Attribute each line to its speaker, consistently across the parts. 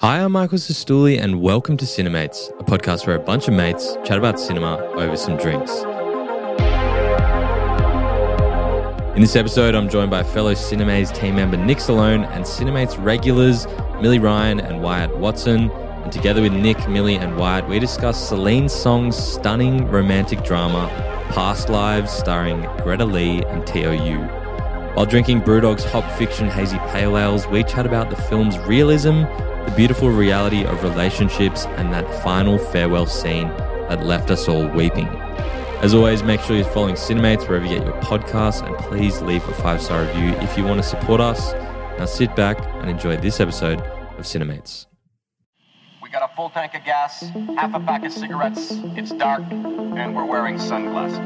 Speaker 1: Hi, I'm Michael Sestouli, and welcome to Cinemates, a podcast where a bunch of mates chat about cinema over some drinks. In this episode, I'm joined by fellow Cinemates team member Nick Salone and Cinemates regulars Millie Ryan and Wyatt Watson. And together with Nick, Millie, and Wyatt, we discuss Celine Song's stunning romantic drama, Past Lives, starring Greta Lee and T.O.U. While drinking Brewdog's Hop Fiction Hazy Pale Ales, we chat about the film's realism, the beautiful reality of relationships, and that final farewell scene that left us all weeping. As always, make sure you're following Cinemates wherever you get your podcasts, and please leave a five star review if you want to support us. Now sit back and enjoy this episode of Cinemates.
Speaker 2: We got a full tank of gas, half a pack of cigarettes, it's dark, and we're wearing sunglasses.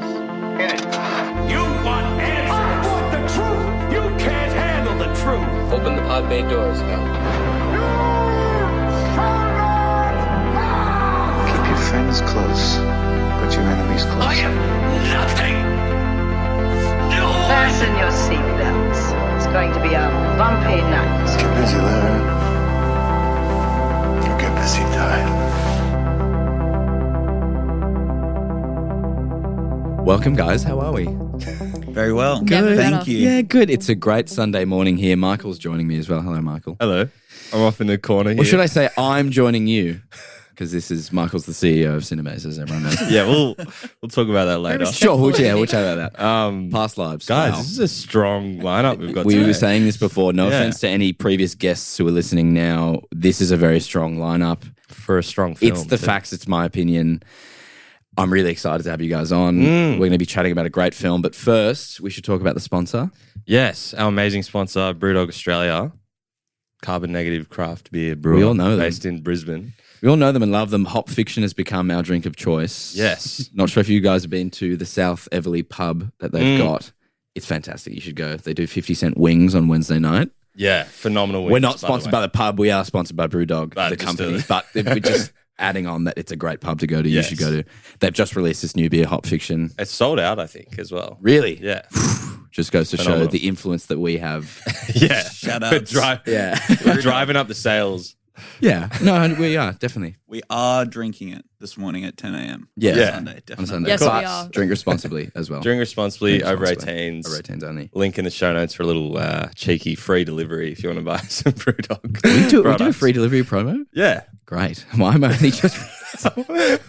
Speaker 2: Hit it.
Speaker 3: You want answers. I want the truth. You can't handle the truth.
Speaker 4: Open the pod bay doors, Val.
Speaker 5: Keep your friends close, but your enemies close.
Speaker 3: I am nothing. No.
Speaker 6: Fasten your seatbelts. It's going to be a bumpy night.
Speaker 5: Get busy, Larry. You get busy, Ty.
Speaker 7: Welcome, guys. How are we?
Speaker 8: Very well.
Speaker 9: Never
Speaker 8: Thank
Speaker 9: better.
Speaker 8: you.
Speaker 7: Yeah, good. It's a great Sunday morning here. Michael's joining me as well. Hello, Michael.
Speaker 1: Hello. I'm off in the corner here.
Speaker 7: Or should I say, I'm joining you because this is Michael's the CEO of Cinemas, as everyone knows.
Speaker 1: Yeah, we'll we'll talk about that later.
Speaker 7: sure. We'll, yeah, we'll chat about that.
Speaker 1: Um,
Speaker 7: Past lives,
Speaker 1: guys,
Speaker 7: Wow.
Speaker 1: this is a strong lineup we've got.
Speaker 7: We
Speaker 1: today.
Speaker 7: were saying this before. No
Speaker 1: Yeah.
Speaker 7: offense to any previous guests who are listening now. This is a very strong lineup.
Speaker 1: for a strong film.
Speaker 7: It's the
Speaker 1: too.
Speaker 7: facts. It's my opinion. I'm really excited to have you guys on.
Speaker 1: Mm.
Speaker 7: We're going to be chatting about a great film, but first we should talk about the sponsor.
Speaker 1: Yes, our amazing sponsor, Brewdog Australia, carbon negative craft beer brewer.
Speaker 7: We all know them.
Speaker 1: based in Brisbane.
Speaker 7: We all know them and love them. Hop Fiction has become our drink of choice.
Speaker 1: Yes.
Speaker 7: Not sure if you guys have been to the South Everly pub that
Speaker 1: Mm.
Speaker 7: they've got. It's fantastic. You should go. They do 50 cent wings on Wednesday night.
Speaker 1: Yeah, phenomenal.
Speaker 7: We're not sponsored by the pub. We are sponsored by Brewdog,
Speaker 1: But
Speaker 7: the
Speaker 1: just
Speaker 7: company.
Speaker 1: a-
Speaker 7: but we're just adding on that it's a great pub to go to.
Speaker 1: Yes.
Speaker 7: You should go to. They've just released this new beer, Hop Fiction.
Speaker 1: It's sold out, I think, as well.
Speaker 7: Really?
Speaker 1: Yeah,
Speaker 7: Just goes to
Speaker 1: Phenomenal.
Speaker 7: show the influence that we have.
Speaker 1: yeah.
Speaker 8: Shout
Speaker 1: We're
Speaker 8: outs.
Speaker 1: dri-
Speaker 7: yeah.
Speaker 1: we're driving up the sales.
Speaker 7: yeah. No, we are definitely.
Speaker 8: We are drinking it this morning at 10 a.m.
Speaker 7: Yeah.
Speaker 1: Yeah.
Speaker 8: Sunday,
Speaker 7: On
Speaker 8: definitely.
Speaker 7: Sunday.
Speaker 9: Yes, we
Speaker 7: But
Speaker 9: are.
Speaker 7: Drink responsibly as well.
Speaker 1: Drink responsibly,
Speaker 7: Drink
Speaker 1: over
Speaker 7: responsibly.
Speaker 1: 18s.
Speaker 7: Over 18s only.
Speaker 1: Link in the show notes for a little uh, cheeky free delivery if you want to buy some Brewdog.
Speaker 7: We do, we do a
Speaker 1: products.
Speaker 7: free delivery promo.
Speaker 1: Yeah.
Speaker 7: Great. Why am I only just
Speaker 1: Why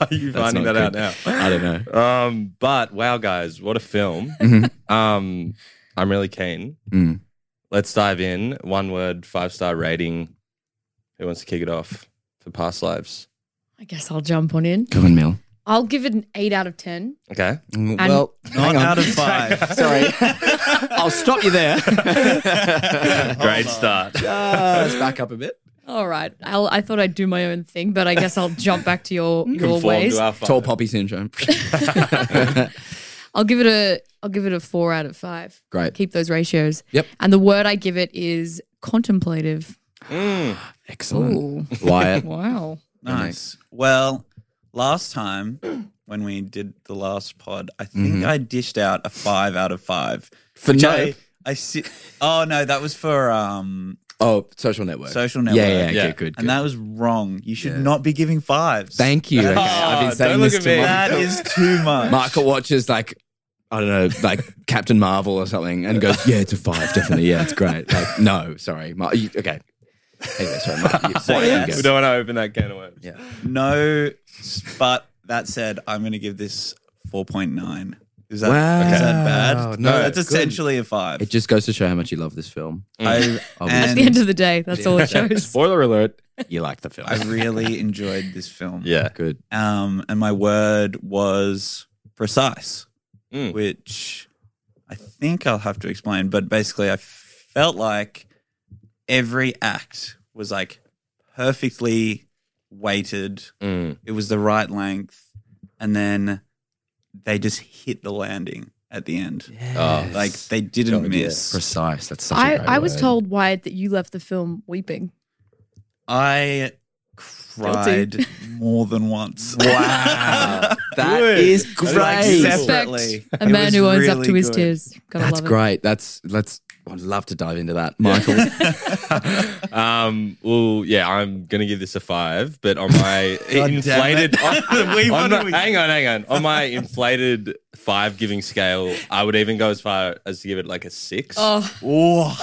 Speaker 1: are you
Speaker 7: That's
Speaker 1: finding
Speaker 7: not
Speaker 1: that out
Speaker 7: good.
Speaker 1: now?
Speaker 7: I don't know.
Speaker 1: Um, but wow, guys, what a film! um, I'm really keen.
Speaker 7: Mm.
Speaker 1: Let's dive in. One word, five star rating. Who wants to kick it off for past lives?
Speaker 9: I guess I'll jump on in.
Speaker 7: Come on, Mill.
Speaker 9: I'll give it an eight out of ten.
Speaker 1: Okay,
Speaker 9: And-
Speaker 7: well,
Speaker 8: Not
Speaker 7: hang on.
Speaker 8: out of five.
Speaker 7: Sorry. I'll stop you there.
Speaker 1: great start.
Speaker 7: Uh, let's back up a bit.
Speaker 9: All right. I'll, I thought I'd do my own thing, but I guess I'll jump back to your your
Speaker 1: Conform
Speaker 9: ways.
Speaker 1: to our
Speaker 7: Tall
Speaker 1: five.
Speaker 7: poppy syndrome.
Speaker 9: I'll give it a I'll give it a four out of five.
Speaker 7: Great.
Speaker 9: Keep those ratios.
Speaker 7: Yep.
Speaker 9: And the word I give it is contemplative.
Speaker 1: Mm.
Speaker 7: Excellent.
Speaker 9: Ooh.
Speaker 7: Wyatt.
Speaker 9: wow.
Speaker 8: Nice. Well, last time when we did the last pod, I think
Speaker 7: Mm-hmm.
Speaker 8: I dished out a five out of five.
Speaker 7: For
Speaker 8: which
Speaker 7: no.
Speaker 8: I, I si- Oh no, that was for um
Speaker 7: Oh, social network.
Speaker 8: social
Speaker 7: Yeah,
Speaker 8: network.
Speaker 7: yeah, yeah.
Speaker 1: Yeah.
Speaker 7: Good, good.
Speaker 8: And
Speaker 7: good.
Speaker 8: that was wrong. You should
Speaker 7: Yeah.
Speaker 8: not be giving fives.
Speaker 7: Thank you. Okay, I've
Speaker 1: Oh,
Speaker 7: been saying
Speaker 1: don't look
Speaker 7: this
Speaker 1: at
Speaker 7: to
Speaker 1: me.
Speaker 8: That
Speaker 7: Michael.
Speaker 8: is too much.
Speaker 7: Michael watches like I don't know, like Captain Marvel or something, and goes, "Yeah, it's a five, definitely. Yeah, it's great." Like, no, sorry, Mar- you, okay. Anyway, sorry, Mark, you,
Speaker 8: So,
Speaker 7: you
Speaker 8: yes.
Speaker 7: go.
Speaker 1: We don't want to open that can of worms.
Speaker 7: Yeah.
Speaker 8: No, but that said, I'm going to give this 4.9. Is that,
Speaker 7: Wow.
Speaker 8: is that bad?
Speaker 7: No,
Speaker 8: that's
Speaker 7: good.
Speaker 8: essentially a five.
Speaker 7: It just goes to show how much you love this film.
Speaker 8: I,
Speaker 7: Obviously.
Speaker 9: At the end
Speaker 8: and
Speaker 9: of the day, that's all it shows.
Speaker 7: Spoiler alert: you like the film.
Speaker 8: I really enjoyed this film.
Speaker 1: Yeah,
Speaker 7: Good.
Speaker 8: Um, and my word was precise,
Speaker 7: Hmm.
Speaker 1: Mm.
Speaker 8: which I think I'll have to explain. But basically, I felt like every act was like perfectly weighted.
Speaker 1: Mm.
Speaker 8: It was the right length, and then they just hit the landing at the end.
Speaker 1: Oh,
Speaker 8: Like they didn't
Speaker 1: Gotta be
Speaker 8: miss.
Speaker 7: Precise. That's such a
Speaker 9: I,
Speaker 7: great
Speaker 9: I was
Speaker 7: word.
Speaker 9: told, Wyatt, that you left the film weeping.
Speaker 8: I cried more than once. Wow.
Speaker 7: That
Speaker 1: Good.
Speaker 7: is
Speaker 8: Like,
Speaker 7: great.
Speaker 8: separately.
Speaker 9: Respect a
Speaker 8: It
Speaker 9: man
Speaker 8: was
Speaker 9: who owns up
Speaker 8: really
Speaker 9: to his
Speaker 8: good.
Speaker 9: tears. Gotta
Speaker 7: That's
Speaker 9: love it.
Speaker 7: great. That's let's. I'd love to dive into that, Michael.
Speaker 1: Um, well, yeah, I'm gonna give this a five, but on my
Speaker 8: damn
Speaker 1: inflated, on,
Speaker 8: We
Speaker 1: on
Speaker 8: wanted-
Speaker 1: my- hang on, hang on, on my inflated five giving scale, I would even go as far as to give it like a six
Speaker 9: Oh,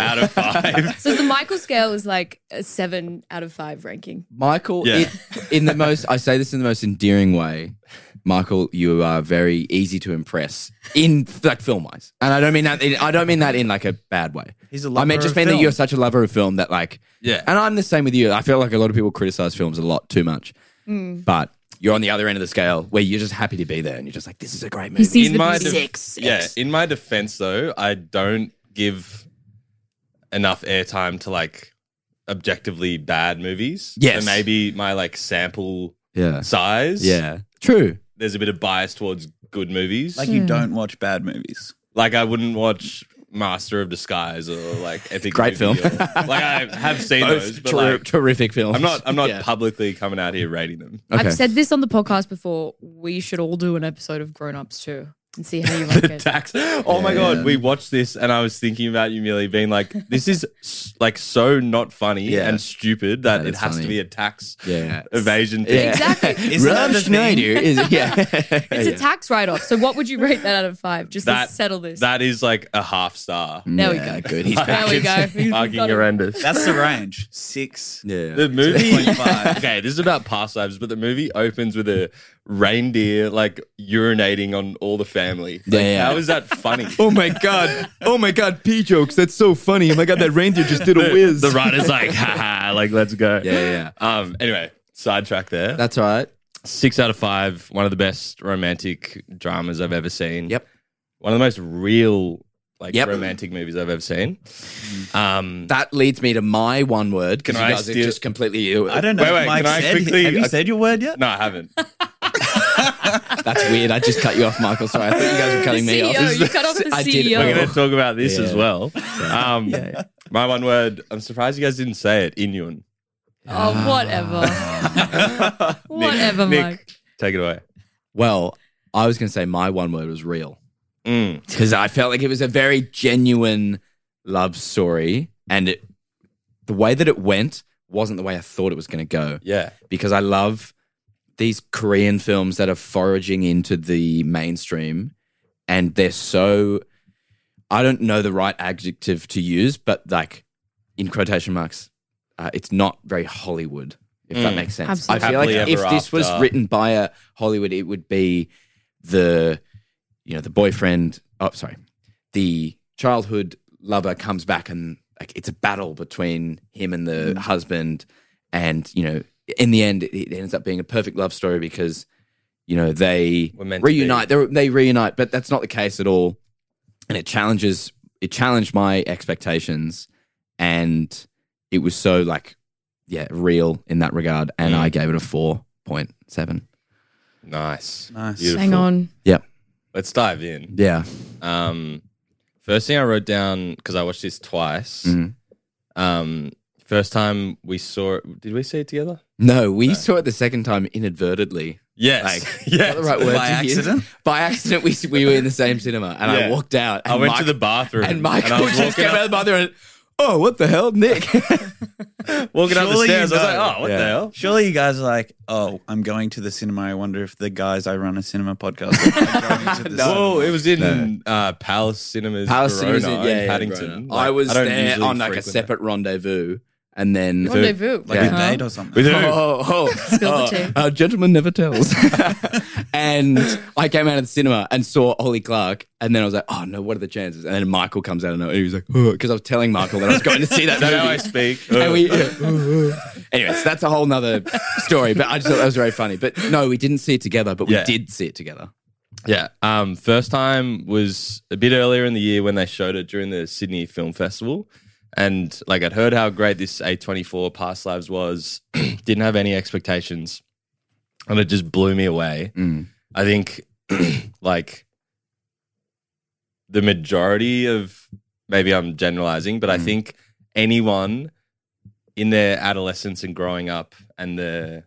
Speaker 1: out of five.
Speaker 9: so the Michael scale is like a seven out of five ranking.
Speaker 7: Michael,
Speaker 1: Yeah.
Speaker 7: it, in the most, I say this in the most endearing way. Michael, you are very easy to impress in like film wise, and I don't mean that. In, I don't mean that in like a bad way.
Speaker 8: He's a
Speaker 7: I mean
Speaker 8: lover
Speaker 7: just
Speaker 8: of
Speaker 7: mean that
Speaker 8: film.
Speaker 7: you're such a lover of film that like.
Speaker 1: Yeah.
Speaker 7: And I'm the same with you. I feel like a lot of people criticize films a lot too much, but you're on the other end of the scale where you're just happy to be there, and you're just like, this is a great movie.
Speaker 9: sees
Speaker 1: in
Speaker 9: the
Speaker 1: my
Speaker 9: beauty.
Speaker 1: def- Yeah, in my defense though, I don't give enough airtime to like objectively bad movies.
Speaker 7: Yes.
Speaker 1: So maybe my like sample
Speaker 7: yeah,
Speaker 1: size.
Speaker 7: yeah, true.
Speaker 1: There's a bit of bias towards good movies.
Speaker 8: Like
Speaker 1: Like,
Speaker 8: you don't watch bad movies.
Speaker 1: I wouldn't watch Master of Disguise or like Epic
Speaker 7: Great
Speaker 1: Movie
Speaker 7: film.
Speaker 1: or- like I have seen those,
Speaker 7: Both
Speaker 1: but
Speaker 7: ter-
Speaker 1: like
Speaker 7: terrific films.
Speaker 1: I'm not I'm not
Speaker 7: Yeah.
Speaker 1: publicly coming out here rating them.
Speaker 7: Okay.
Speaker 9: I've said this on the podcast before. We should all do an episode of Grown Ups too and see how you like
Speaker 1: the
Speaker 9: it.
Speaker 1: tax. Oh my god, we watched this and I was thinking about you, Millie, being like, "This is s- like so not funny
Speaker 7: Yeah.
Speaker 1: and stupid that
Speaker 7: That
Speaker 1: it
Speaker 7: is
Speaker 1: has
Speaker 7: funny.
Speaker 1: to be a tax
Speaker 7: Yeah.
Speaker 1: evasion thing."
Speaker 7: Yeah.
Speaker 9: Exactly.
Speaker 8: Isn't that
Speaker 7: Rob
Speaker 8: the thing?
Speaker 7: Schneider is yeah.
Speaker 9: It's a tax write off. So what would you rate that out of five? Just
Speaker 1: That-
Speaker 9: to settle this.
Speaker 1: That is like a half star.
Speaker 9: there we
Speaker 7: Yeah,
Speaker 9: go.
Speaker 7: Good. He's
Speaker 9: There we go. We've
Speaker 1: Fucking
Speaker 9: got it.
Speaker 1: horrendous.
Speaker 8: That's the range. Six.
Speaker 7: Yeah.
Speaker 1: The movie.
Speaker 8: 2.5.
Speaker 1: okay, this is about past lives, but the movie opens with a reindeer like urinating on all the family. Like,
Speaker 7: Yeah, yeah.
Speaker 1: How is that funny?
Speaker 7: Oh my god! Oh my god! Pee jokes. That's so funny. Oh my god! That reindeer just did a
Speaker 1: the,
Speaker 7: whiz.
Speaker 1: the writer's like, haha, like let's go.
Speaker 7: Yeah, yeah.
Speaker 1: Um. Anyway, sidetrack there.
Speaker 7: That's all right.
Speaker 1: six out of five. One of the best romantic dramas I've ever seen.
Speaker 7: Yep.
Speaker 1: One of the most real, like
Speaker 7: Yep.
Speaker 1: romantic movies I've ever seen.
Speaker 9: Mm-hmm.
Speaker 1: Um,
Speaker 7: That leads me to my one word because
Speaker 1: Can
Speaker 7: you
Speaker 1: I
Speaker 7: guys are
Speaker 1: steal-
Speaker 7: just completely. Ew.
Speaker 8: I don't know.
Speaker 1: Wait,
Speaker 8: if
Speaker 1: wait,
Speaker 8: Mike
Speaker 1: can I
Speaker 8: said,
Speaker 1: quickly-
Speaker 8: have you
Speaker 1: I-
Speaker 8: said your word yet?
Speaker 1: no, I haven't.
Speaker 7: That's weird. I just cut you off, Michael. Sorry. I thought you guys were cutting me off.
Speaker 9: CEO, E you cut off the E
Speaker 7: I did-
Speaker 9: CEO.
Speaker 1: We're
Speaker 7: Oh.
Speaker 1: going to talk about this
Speaker 7: Yeah.
Speaker 1: as well. Um, My one word. I'm surprised you guys didn't say it. Inyun.
Speaker 9: Oh, whatever. Whatever,
Speaker 1: Nick,
Speaker 9: Mike.
Speaker 1: Take it away.
Speaker 7: Well, I was going to say my one word was real.
Speaker 1: Mm.
Speaker 7: because I felt like it was a very genuine love story, and it, the way that it went wasn't the way I thought it was going to go.
Speaker 1: Yeah.
Speaker 7: Because I love these Korean films that are foraging into the mainstream, and they're so I don't know the right adjective to use, but like in quotation marks, uh, it's not very Hollywood. If that
Speaker 1: Mm.
Speaker 7: makes sense,
Speaker 9: Absolutely.
Speaker 7: I feel like
Speaker 1: Happily
Speaker 7: if
Speaker 1: ever
Speaker 7: this was
Speaker 1: after.
Speaker 7: written by a Hollywood, it would be the you know the boyfriend oh sorry the childhood lover comes back and like it's a battle between him and
Speaker 1: Mm.
Speaker 7: the husband and you know in the end it ends up being a perfect love story because you know they
Speaker 1: Were meant to be.
Speaker 7: reunite they they reunite but that's not the case at all and it challenges it challenged my expectations and it was so like yeah real in that regard and
Speaker 1: Mm.
Speaker 7: i gave it a 4.7
Speaker 1: Nice.
Speaker 8: Nice.
Speaker 1: Beautiful.
Speaker 9: Hang on.
Speaker 1: Let's dive in.
Speaker 7: yeah
Speaker 1: Um, first thing I wrote down because I watched this twice.
Speaker 7: Mhm.
Speaker 1: Um, first time we saw it. Did we see it together?
Speaker 7: no we saw it the second time inadvertently
Speaker 1: Yes.
Speaker 7: Like,
Speaker 1: yes.
Speaker 7: the right word
Speaker 8: By
Speaker 7: to use?
Speaker 8: accident?
Speaker 7: By accident, we, we were in the same cinema, and
Speaker 1: Yeah.
Speaker 7: I walked out. And
Speaker 1: I went
Speaker 7: Mike-
Speaker 1: to the bathroom
Speaker 7: and
Speaker 1: I
Speaker 7: Michael
Speaker 1: was
Speaker 7: just
Speaker 1: walking
Speaker 7: came
Speaker 1: up,
Speaker 7: out of the bathroom. And, oh, what the hell, Nick?
Speaker 1: walking up the
Speaker 8: Surely you
Speaker 1: stairs. I was
Speaker 8: know.
Speaker 1: like, oh, what the
Speaker 7: Yeah.
Speaker 1: hell?
Speaker 8: Surely you guys are like, oh, I'm going to the cinema. I wonder if the guys I run a cinema podcast are going to the cinema.
Speaker 1: Well, it was in uh, Palace Cinemas,
Speaker 7: Palace
Speaker 1: Verona,
Speaker 7: Cinemas,
Speaker 1: in
Speaker 7: yeah, yeah,
Speaker 1: Paddington.
Speaker 7: Verona.
Speaker 1: Like,
Speaker 7: I was
Speaker 1: don't
Speaker 7: there
Speaker 1: usually
Speaker 7: on like a
Speaker 1: frequent that.
Speaker 7: separate rendezvous, and then
Speaker 9: Rendezvous.
Speaker 8: Like
Speaker 7: Yeah.
Speaker 8: a date or something.
Speaker 1: do.
Speaker 7: Oh, oh, oh.
Speaker 9: Spill the tea.
Speaker 7: uh, gentleman never tells. and I came out of the cinema and saw Ollie Clark, and then I was like, "Oh no, what are the chances?" And then Michael comes out and he was like, "Because I was telling Michael that I was going to see that
Speaker 1: Is that how I
Speaker 7: movie."
Speaker 1: speak?
Speaker 7: and we, anyways, that's a whole nother story. But I just thought that was very funny. But no, we didn't see it together, but we
Speaker 1: Yeah.
Speaker 7: did see it together.
Speaker 1: yeah. Um, first time was a bit earlier in the year when they showed it during the Sydney Film Festival. And like I'd heard how great this A24 Past Lives was, didn't have any expectations. And it just blew me away. I think like the majority of maybe I'm generalizing, but I think anyone in their adolescence and growing up and the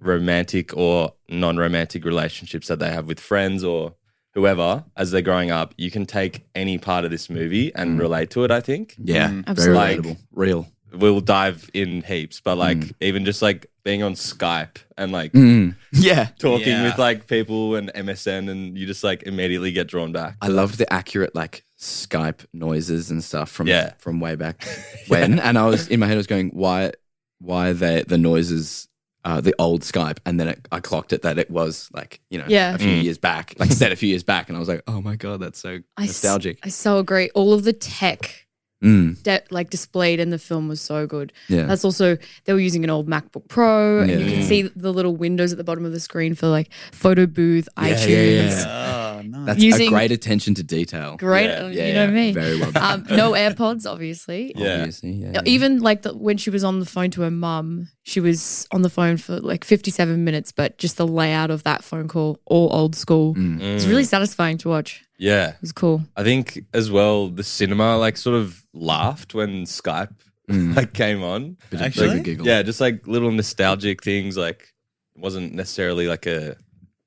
Speaker 1: romantic or non romantic relationships that they have with friends or whoever as they're growing up, you can take any part of this movie and relate to it, I think.
Speaker 7: Yeah,
Speaker 9: Absolutely.
Speaker 7: very
Speaker 1: Like-
Speaker 7: relatable, Mm. real.
Speaker 1: We'll dive in heaps, but like even just like being on Skype and like
Speaker 7: Yeah,
Speaker 1: talking
Speaker 8: Yeah.
Speaker 1: with like people and MSN and you just like immediately get drawn back.
Speaker 7: I loved the accurate like Skype noises and stuff from
Speaker 1: Yeah.
Speaker 7: from way back when. And I was in my head, I was going, why, why the the noises, uh, the old Skype, and then it, I clocked it that it was like you know
Speaker 9: Yeah.
Speaker 7: a few years back, like set a few years back, and I was like, oh my god, that's so
Speaker 9: I s-
Speaker 7: nostalgic.
Speaker 9: I so agree. All of the tech
Speaker 7: Mm,
Speaker 9: de- like displayed in the film was so good.
Speaker 7: yeah,
Speaker 9: That's also they were using an old MacBook Pro, and you
Speaker 7: Yeah.
Speaker 9: can see the little windows at the bottom of the screen for like photo booth, iTunes.
Speaker 7: yeah.
Speaker 8: Oh, nice.
Speaker 7: that's
Speaker 9: using-
Speaker 7: a great attention to detail.
Speaker 9: Great,
Speaker 1: Yeah,
Speaker 9: you know me.
Speaker 7: Very well done.
Speaker 9: Um, no AirPods, obviously.
Speaker 1: yeah.
Speaker 7: Obviously, yeah, yeah.
Speaker 9: Even like the, when she was on the phone to her mum, she was on the phone for like 57 minutes, but just the layout of that phone call, all old school.
Speaker 7: Mm.
Speaker 9: It's really satisfying to watch.
Speaker 1: Yeah.
Speaker 9: It was cool.
Speaker 1: I think as well the cinema like sort of laughed when Skype like came on.
Speaker 7: Bit of-
Speaker 8: Actually?
Speaker 7: bit of Mm. a giggle.
Speaker 1: Yeah, just like little nostalgic things like it wasn't necessarily like a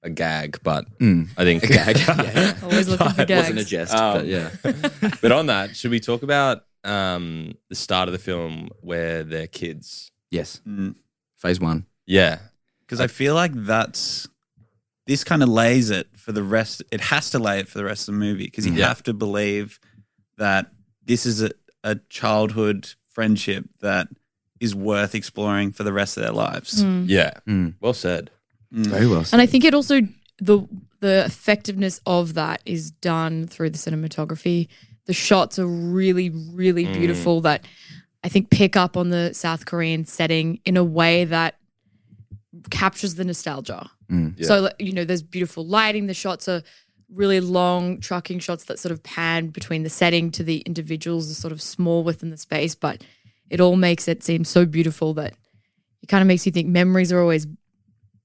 Speaker 1: a gag, but
Speaker 7: Mm.
Speaker 1: I think
Speaker 7: gag, yeah.
Speaker 9: Always looking for
Speaker 1: It
Speaker 9: gags.
Speaker 7: wasn't a jest,
Speaker 1: Um,
Speaker 7: but yeah,
Speaker 1: but on that, should we talk about um the start of the film where they're kids?
Speaker 7: yes,
Speaker 8: Mm.
Speaker 7: phase one.
Speaker 1: Yeah.
Speaker 8: Because I feel like that's this kind of lays it for the rest. It has to lay it for the rest of the movie because you
Speaker 1: Yeah.
Speaker 8: have to believe that this is a, a childhood friendship that is worth exploring for the rest of their lives.
Speaker 9: Hmm.
Speaker 1: Yeah.
Speaker 7: Mm.
Speaker 1: Well said.
Speaker 7: Very well.
Speaker 9: And I think it also the the effectiveness of that is done through the cinematography. The shots are really, really beautiful that I think pick up on the South Korean setting in a way that captures the nostalgia. So like, you know, there's beautiful lighting. The shots are really long trucking shots that sort of pan between the setting to the individuals, are sort of small within the space, but it all makes it seem so beautiful that it kind of makes you think memories are always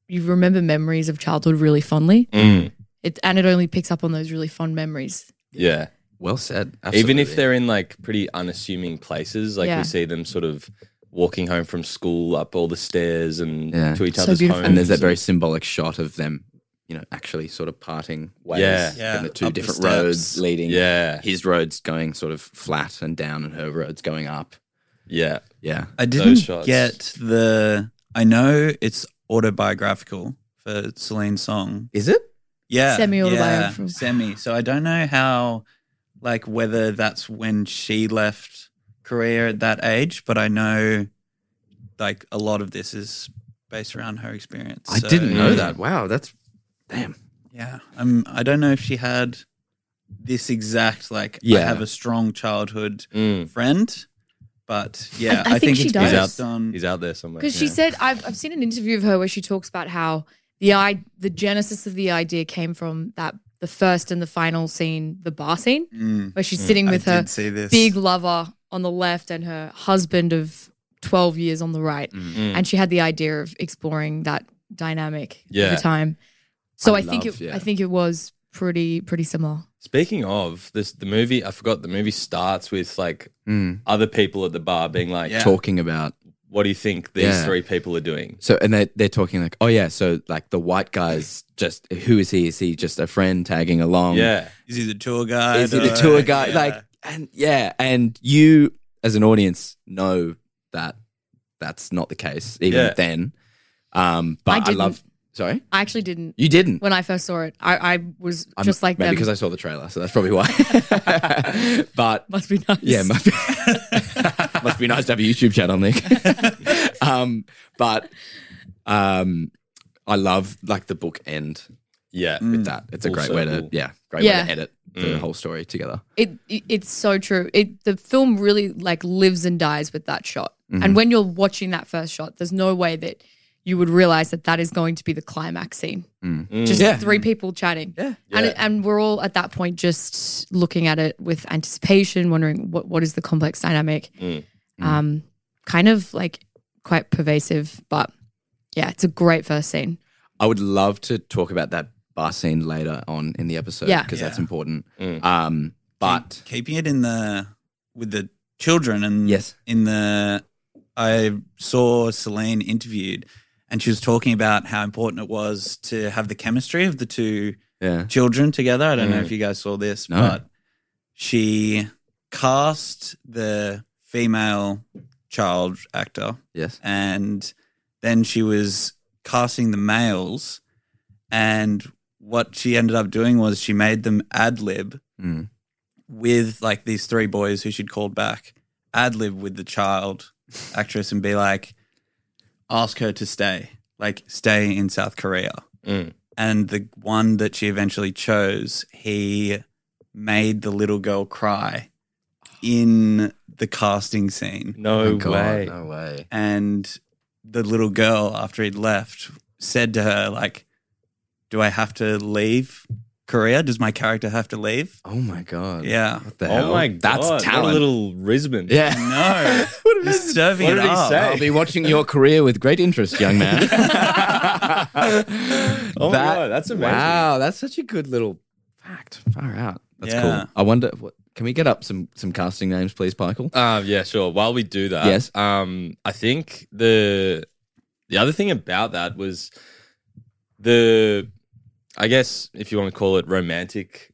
Speaker 9: you remember memories of childhood really fondly.
Speaker 1: Mm.
Speaker 9: It and it only picks up on those really fond memories.
Speaker 1: Yeah.
Speaker 7: Well said.
Speaker 1: Even if
Speaker 7: Absolutely.
Speaker 1: they're in like pretty unassuming places, like
Speaker 9: Yeah.
Speaker 1: we see them sort of walking home from school up all the stairs and
Speaker 7: Yeah.
Speaker 1: to each
Speaker 9: So
Speaker 1: other's
Speaker 9: beautiful.
Speaker 1: homes.
Speaker 7: and there's that very symbolic shot of them, you know, actually sort of parting ways
Speaker 1: Yeah.
Speaker 8: Yeah.
Speaker 7: and the two
Speaker 8: Up the
Speaker 7: different
Speaker 8: steps.
Speaker 7: roads leading.
Speaker 1: yeah,
Speaker 7: his roads going sort of flat and down, and her roads going up.
Speaker 1: yeah,
Speaker 7: Yeah,
Speaker 8: I didn't
Speaker 1: shots.
Speaker 8: get the. I know it's autobiographical for Celine's song.
Speaker 7: is it?
Speaker 8: Yeah,
Speaker 9: Semi-autobiographical.
Speaker 8: Yeah, semi. So I don't know how, like, whether that's when she left Korea at that age, but I know, like, a lot of this is based around her experience.
Speaker 7: I
Speaker 8: So,
Speaker 7: didn't know
Speaker 1: Mm.
Speaker 7: that. Wow, that's damn.
Speaker 8: Yeah, I'm. I don't know if she had this exact like.
Speaker 7: Yeah.
Speaker 8: I have a strong childhood
Speaker 1: Mm.
Speaker 8: friend, but
Speaker 9: I
Speaker 8: yeah, I,
Speaker 9: think
Speaker 8: think,
Speaker 9: she
Speaker 8: it's
Speaker 9: does.
Speaker 1: He's
Speaker 8: based
Speaker 1: out-
Speaker 8: on.
Speaker 1: he's out there somewhere.
Speaker 9: Because she said I've I've seen an interview of her where she talks about how the I the genesis of the idea came from that the first and the final scene, the bar scene,
Speaker 8: Mm,
Speaker 9: where she's sitting with
Speaker 8: I
Speaker 9: her
Speaker 8: did see this.
Speaker 9: big lover on the left and her husband of 12 years on the right.
Speaker 1: Mm.
Speaker 9: And she had the idea of exploring that dynamic
Speaker 1: Yeah.
Speaker 9: over time. So I,
Speaker 7: I
Speaker 9: think
Speaker 7: love-
Speaker 9: it,
Speaker 7: yeah.
Speaker 9: I think it was pretty pretty similar.
Speaker 1: Speaking of this, the movie I forgot. The movie starts with like
Speaker 7: Mm.
Speaker 1: other people at the bar being like,
Speaker 8: Yeah.
Speaker 7: Talking about
Speaker 1: "What do you think these
Speaker 7: Yeah.
Speaker 1: three people are doing?"
Speaker 7: so, and they they're talking like, oh yeah, so like the white guy's just who is he? Is he just a friend tagging along?
Speaker 1: yeah,
Speaker 8: Is he the tour guide?
Speaker 7: is he the
Speaker 8: or-
Speaker 7: tour guide?
Speaker 8: Yeah.
Speaker 7: Like, and yeah, and you as an audience know that that's not the case even
Speaker 1: Yeah.
Speaker 7: then. Um,
Speaker 9: I
Speaker 7: but I,
Speaker 9: didn't.
Speaker 7: love. Sorry,
Speaker 9: I actually didn't
Speaker 7: you didn't.
Speaker 9: when I first saw it. I, I was
Speaker 7: I'm-
Speaker 9: just like
Speaker 7: maybe
Speaker 9: them.
Speaker 7: because I saw the trailer, so that's probably why. but
Speaker 9: must be nice.
Speaker 7: yeah, must be, must be nice to have a YouTube channel, Nick. um, but um, I love like the book end
Speaker 1: yeah,
Speaker 7: with that. It's a
Speaker 1: Full
Speaker 7: great way to
Speaker 1: circle.
Speaker 7: yeah, great
Speaker 9: Yeah.
Speaker 7: way to edit the whole story together.
Speaker 9: it, it- it's so true. It the film really like lives and dies with that shot.
Speaker 7: Mm-hmm.
Speaker 9: And when you're watching that first shot, there's no way that you would realize that that is going to be the climax scene. Just
Speaker 7: Mm. Yeah.
Speaker 9: three people chatting. Yeah. And,
Speaker 1: Mm. Yeah.
Speaker 9: and we're all at that point just looking at it with anticipation, wondering what, what is the complex dynamic.
Speaker 1: Mm.
Speaker 9: Um, kind of like quite pervasive, but yeah, it's a great first scene.
Speaker 7: I would love to talk about that bar scene later on in the episode
Speaker 9: Yeah.
Speaker 7: because that's
Speaker 8: Yeah.
Speaker 7: important.
Speaker 1: Mm.
Speaker 7: Um, but
Speaker 8: keeping it in the with the children and
Speaker 7: Yes.
Speaker 8: in the I saw Celine interviewed and she was talking about how important it was to have the chemistry of the two
Speaker 7: Yeah.
Speaker 8: children together. I don't know
Speaker 7: Mm.
Speaker 8: if you guys saw this,
Speaker 7: No.
Speaker 8: but she cast the female child actor
Speaker 7: Yes.
Speaker 8: and then she was casting the males and what she ended up doing was she made them ad lib
Speaker 7: Mm.
Speaker 8: with like these three boys who she'd called back ad lib with the child actress and be like ask her to stay like stay in south korea
Speaker 1: Mm.
Speaker 8: and the one that she eventually chose he made the little girl cry in the casting scene
Speaker 1: No way.
Speaker 7: Oh, No way.
Speaker 8: and the little girl after he'd left said to her like do i have to leave korea does my character have to leave
Speaker 7: Oh my god.
Speaker 8: yeah
Speaker 7: What the hell?
Speaker 1: Oh my god.
Speaker 7: That's
Speaker 1: what a
Speaker 7: talent.
Speaker 1: little Risbon.
Speaker 7: yeah.
Speaker 8: no he's serving
Speaker 1: what
Speaker 8: it
Speaker 1: did he
Speaker 8: up
Speaker 1: say?
Speaker 7: I'll be watching your career with great interest, young man.
Speaker 1: Oh my
Speaker 7: That-
Speaker 1: God, that's amazing.
Speaker 7: Wow, that's such a good little fact. Far out. That's
Speaker 8: Yeah.
Speaker 7: cool. I wonder what can we get up some some casting names, please, Michael?
Speaker 1: Um, yeah, sure. While we do that,
Speaker 7: Yes.
Speaker 1: Um, I think the the other thing about that was the, I guess if you want to call it romantic,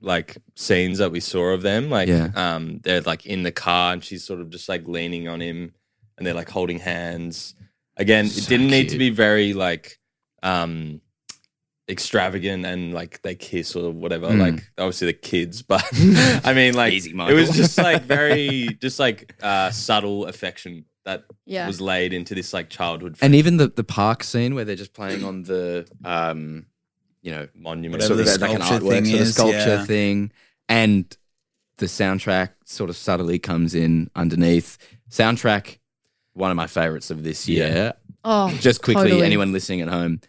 Speaker 1: like scenes that we saw of them, like
Speaker 7: Yeah.
Speaker 1: um, they're like in the car and she's sort of just like leaning on him, and they're like holding hands. Again, it
Speaker 7: So
Speaker 1: didn't need to
Speaker 7: cute.
Speaker 1: be very like, um, extravagant and like they kiss or whatever.
Speaker 7: Mm.
Speaker 1: Like obviously the kids, but I mean like
Speaker 7: Easy,
Speaker 1: it
Speaker 7: Michael.
Speaker 1: was just like very just like uh, subtle affection that
Speaker 9: Yeah.
Speaker 1: was laid into this like childhood
Speaker 7: And even the the park scene where they're just playing on the um, you know,
Speaker 1: monument.
Speaker 8: Whatever
Speaker 7: sort of
Speaker 8: the
Speaker 7: that- like an
Speaker 8: sculpture
Speaker 7: artwork,
Speaker 8: thing
Speaker 7: sort of
Speaker 8: is,
Speaker 7: sculpture
Speaker 8: yeah.
Speaker 7: thing, and the soundtrack sort of subtly comes in underneath. Soundtrack, one of my favorites of this year.
Speaker 9: Oh,
Speaker 7: Just quickly,
Speaker 9: totally.
Speaker 7: anyone listening at home,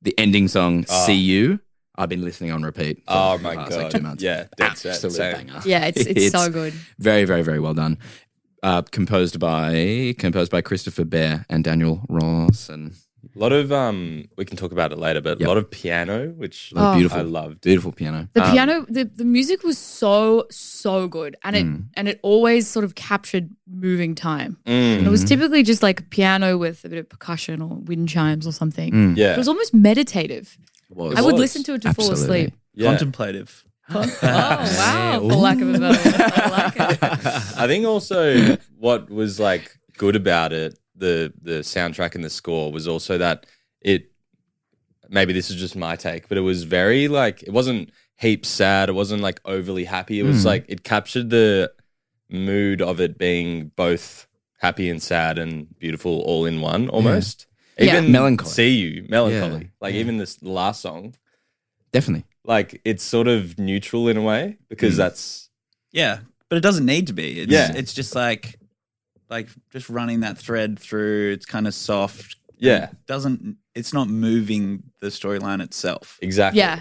Speaker 7: the ending song
Speaker 1: Ah.
Speaker 7: "See You." I've been listening on repeat. for
Speaker 1: Oh
Speaker 7: the
Speaker 1: my
Speaker 7: past,
Speaker 1: god!
Speaker 7: like two months.
Speaker 1: Yeah, that's it.
Speaker 7: Absolute
Speaker 1: Same.
Speaker 7: banger.
Speaker 9: Yeah, it's, it's so good.
Speaker 7: Very, very, very well done. Uh, composed by composed by Christopher Bear and Daniel Ross, and
Speaker 1: A lot of um, we can talk about it later, but
Speaker 7: Yep.
Speaker 1: a lot of piano, which
Speaker 7: Lot of
Speaker 9: Oh.
Speaker 7: beautiful,
Speaker 1: I loved.
Speaker 7: beautiful piano.
Speaker 9: The
Speaker 1: Um,
Speaker 9: piano, the, the music was so so good, and it
Speaker 7: Mm.
Speaker 9: and it always sort of captured moving time.
Speaker 1: Mm,
Speaker 9: And it was
Speaker 7: Mhm.
Speaker 9: typically just like piano with a bit of percussion or wind chimes or something.
Speaker 7: Mm.
Speaker 1: Yeah,
Speaker 9: It was almost meditative.
Speaker 1: It
Speaker 9: I would
Speaker 1: was.
Speaker 9: listen to it to fall
Speaker 7: Absolutely.
Speaker 9: asleep.
Speaker 1: yeah.
Speaker 8: contemplative
Speaker 9: Oh wow! For lack of a better word, I like it.
Speaker 1: I think also what was like good about it, the the soundtrack and the score was also that it maybe this is just my take, but it was very like it wasn't heap sad, it wasn't like overly happy. It was
Speaker 7: Hmm.
Speaker 1: like it captured the mood of it being both happy and sad and beautiful all in one almost.
Speaker 9: Yeah.
Speaker 1: Even
Speaker 7: Melancholy.
Speaker 1: See you, melancholy.
Speaker 7: Yeah.
Speaker 1: Like
Speaker 7: Yeah.
Speaker 1: even this last song,
Speaker 7: Definitely.
Speaker 1: like it's sort of neutral in a way because
Speaker 7: Hmm.
Speaker 1: that's
Speaker 8: yeah but it doesn't need to be it's,
Speaker 1: Yeah.
Speaker 8: it's just like like just running that thread through it's kind of soft
Speaker 1: yeah,
Speaker 8: It doesn't it's not moving the storyline itself
Speaker 1: exactly.
Speaker 9: Yeah,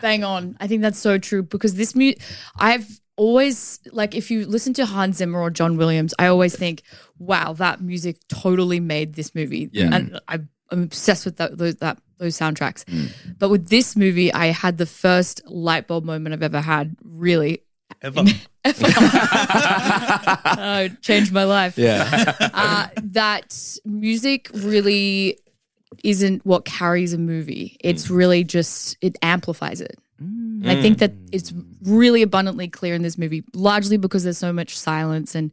Speaker 9: bang on. I think that's so true because this mu I've always like if you listen to Hans Zimmer or John Williams, I always think, wow, that music totally made this movie.
Speaker 1: Yeah.
Speaker 9: and I, I'm obsessed with that those, that those soundtracks.
Speaker 7: Mm.
Speaker 9: But with this movie, I had the first light bulb moment I've ever had. Really,
Speaker 8: ever
Speaker 9: oh, it changed my life.
Speaker 7: Yeah.
Speaker 9: uh, that music really isn't what carries a movie. It's really just it amplifies it. And I think that it's really abundantly clear in this movie, largely because there's so much silence and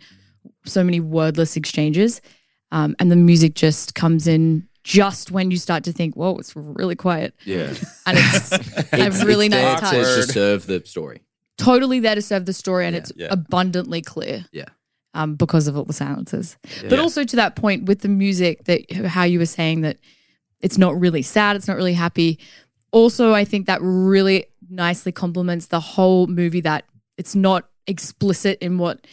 Speaker 9: so many wordless exchanges, um, and the music just comes in just when you start to think, "Whoa, it's really quiet,"
Speaker 7: yeah.
Speaker 9: and it's a really nice
Speaker 7: there
Speaker 9: touch.
Speaker 7: To serve the story.
Speaker 9: Totally there to serve the story, and
Speaker 7: Yeah.
Speaker 9: it's
Speaker 1: Yeah.
Speaker 9: abundantly clear.
Speaker 7: Yeah.
Speaker 9: Um, because of all the silences. But
Speaker 1: Yeah.
Speaker 9: also to that point with the music that how you were saying that it's not really sad, it's not really happy. Also, I think that really nicely complements the whole movie that it's not explicit in what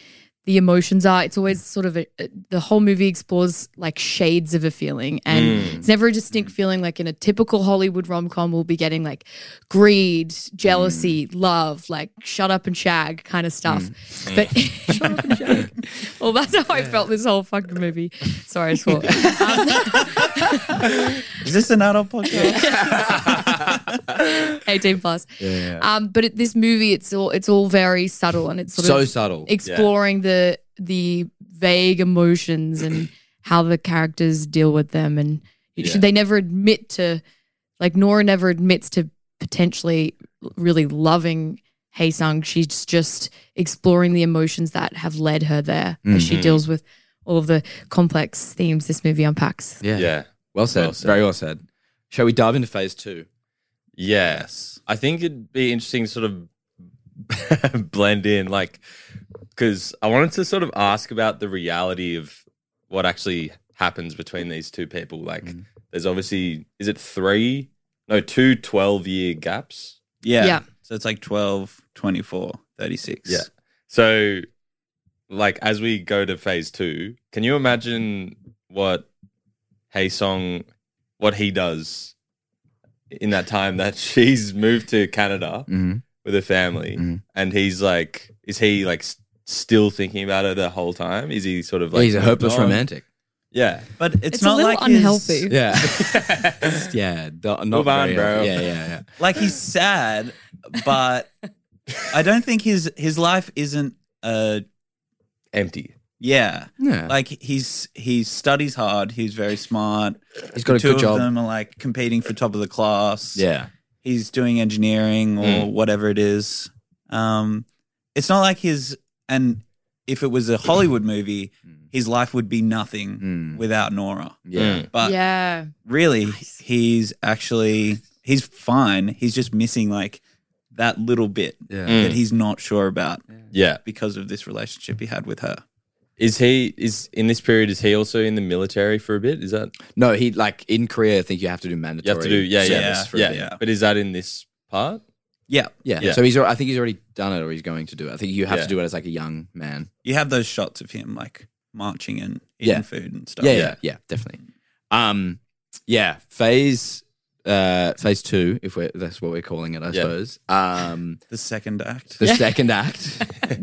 Speaker 9: the emotions are. It's always sort of a, a- the whole movie explores like shades of a feeling, and
Speaker 1: Mm.
Speaker 9: it's never a distinct feeling. Like in a typical Hollywood rom com, we'll be getting like greed, jealousy,
Speaker 1: Mm.
Speaker 9: love, like shut up and shag kind of stuff. But shut up and shag. Well, that's how I felt this whole fucking movie. Sorry, I swore.
Speaker 8: is this an adult podcast
Speaker 9: 18 plus. Um, but it, this movie, it's all it's all very subtle and it's sort
Speaker 7: So
Speaker 9: of
Speaker 7: subtle.
Speaker 9: exploring the the vague emotions and how the characters deal with them and. It should- they never admit to, like Nora never admits to potentially really loving Haesung. She's just exploring the emotions that have led her there as she
Speaker 7: Mm-hmm.
Speaker 10: Mhm.
Speaker 9: deals with all of the complex themes this movie unpacks.
Speaker 7: Yeah. Well said.
Speaker 10: Well said.
Speaker 7: Very well said. Shall we dive into phase two?
Speaker 10: Yes. I think it'd be interesting to sort of blend in, like, because I wanted to sort of ask about the reality of what actually happens between these two people. Like, there's obviously, is it three? No, two 12 year gaps.
Speaker 8: Yeah.
Speaker 9: Yeah.
Speaker 8: So it's like 12, 24, 36.
Speaker 10: Yeah. So, like, as we go to phase two, can you imagine what Hey Song, what he does in that time that she's moved to Canada
Speaker 7: Mhm.
Speaker 10: with her family,
Speaker 7: Mhm.
Speaker 10: and he's like, is he like s- still thinking about her the whole time? Is he sort of like
Speaker 7: he's a hopeless
Speaker 10: Oh,
Speaker 7: romantic.
Speaker 10: Yeah,
Speaker 8: But it's,
Speaker 9: It's,
Speaker 8: not
Speaker 9: a little
Speaker 8: like his-
Speaker 9: unhealthy.
Speaker 7: Yeah. yeah. d- Not
Speaker 10: Move on,
Speaker 7: very-
Speaker 10: bro.
Speaker 7: Yeah, yeah, yeah.
Speaker 8: like he's sad, but I don't think his his life isn't uh
Speaker 10: empty.
Speaker 8: yeah.
Speaker 7: Yeah.
Speaker 8: Like he's he studies hard, he's very smart.
Speaker 7: he's got a
Speaker 8: Two
Speaker 7: good
Speaker 8: of
Speaker 7: job.
Speaker 8: them are like competing for top of the class.
Speaker 7: Yeah.
Speaker 8: He's doing engineering or
Speaker 10: Mm.
Speaker 8: whatever it is. Um it's not like his and if it was a Hollywood movie,
Speaker 10: Mm.
Speaker 8: his life would be nothing
Speaker 7: Mm.
Speaker 8: without Nora.
Speaker 7: Yeah.
Speaker 8: But
Speaker 9: yeah.
Speaker 8: really he's actually he's fine he's just missing like that little bit
Speaker 7: Yeah.
Speaker 10: Mm.
Speaker 8: that he's not sure about
Speaker 10: Yeah,
Speaker 8: because of this relationship he had with her
Speaker 10: is he is in this period? Is he also in the military for a bit? Is that
Speaker 7: No, he like in Korea. I think you have to do mandatory.
Speaker 10: you have to do? Yeah, yeah,
Speaker 8: service for a
Speaker 10: yeah,
Speaker 8: bit.
Speaker 10: But is that in this part?
Speaker 8: yeah
Speaker 7: yeah,
Speaker 10: Yeah.
Speaker 7: So he's. al- I think he's already done it, or he's going to do it. I think you have
Speaker 10: Yeah.
Speaker 7: to do it as like a young man.
Speaker 8: you have those shots of him like marching and eating
Speaker 7: Yeah.
Speaker 8: food and stuff
Speaker 7: Yeah, yeah, yeah, definitely. Um, yeah, phase, uh, phase two, if we're that's what we're calling it, I
Speaker 10: Yeah.
Speaker 7: suppose. Um,
Speaker 8: the second act
Speaker 7: the second act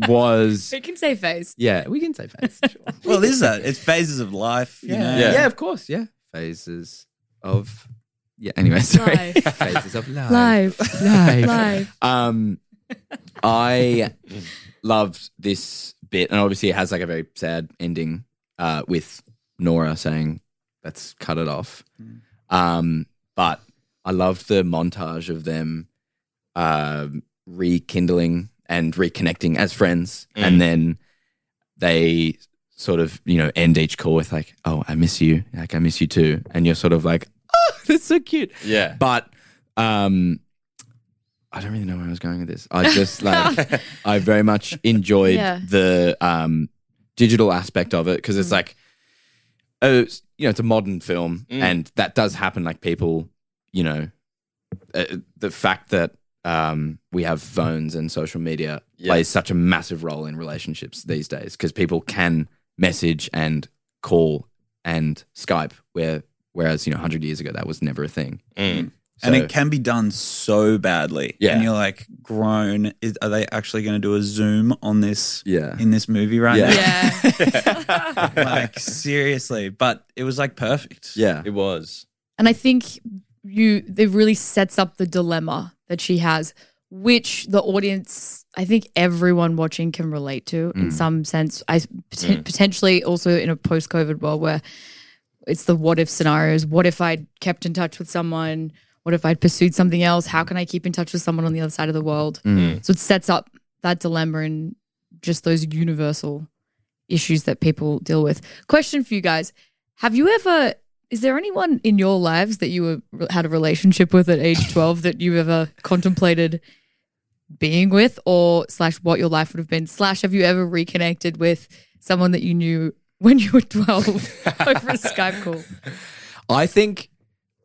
Speaker 7: was.
Speaker 9: It can say phase.
Speaker 7: Yeah, we can say phase. sure.
Speaker 8: well is that it's phases of life you
Speaker 7: yeah.
Speaker 8: know?
Speaker 7: yeah, of course. Yeah, phases of. Yeah. Anyway, sorry.
Speaker 9: Life.
Speaker 7: phases of life.
Speaker 9: Live.
Speaker 7: Life.
Speaker 9: Live.
Speaker 7: Um, I loved this bit, and obviously it has like a very sad ending uh, with Nora saying, "Let's cut it off." Um, but I loved the montage of them um rekindling and reconnecting as friends, and then they sort of you know end each call with like, "Oh, I miss you," like I miss you too, and you're sort of like, "Oh, that's so cute."
Speaker 10: Yeah,
Speaker 7: But um I don't really know where I was going with this. I just like I very much enjoyed
Speaker 9: Yeah.
Speaker 7: the um digital aspect of it because it's like oh it's- you know it's a modern film
Speaker 10: Mm.
Speaker 7: and that does happen like people you know uh, the fact that um we have phones and social media
Speaker 10: Yeah.
Speaker 7: plays such a massive role in relationships these days because people can message and call and Skype where whereas you know 100 years ago that was never a thing.
Speaker 10: Mm.
Speaker 8: and
Speaker 7: So-
Speaker 8: it can be done so badly
Speaker 7: Yeah.
Speaker 8: and you're like grown is, are they actually going to do a zoom on this
Speaker 7: Yeah.
Speaker 8: in this movie right
Speaker 7: Yeah.
Speaker 8: now
Speaker 9: Yeah.
Speaker 8: like seriously but it was like perfect
Speaker 7: Yeah.
Speaker 10: it was.
Speaker 9: And I think you it really sets up the dilemma that she has, which the audience, I think everyone watching can relate to in some sense. I poten- potentially also in a post-COVID world where it's the what if scenarios. What if I'd kept in touch with someone? What if I'd pursued something else? How can I keep in touch with someone on the other side of the world? So it sets up that dilemma and just those universal issues that people deal with. Question for you guys: Have you ever? Is there anyone in your lives that you were, had a relationship with at age twelve that you ever contemplated being with, or slash what your life would have been? Slash, have you ever reconnected with someone that you knew when you were twelve over a Skype call?
Speaker 7: I think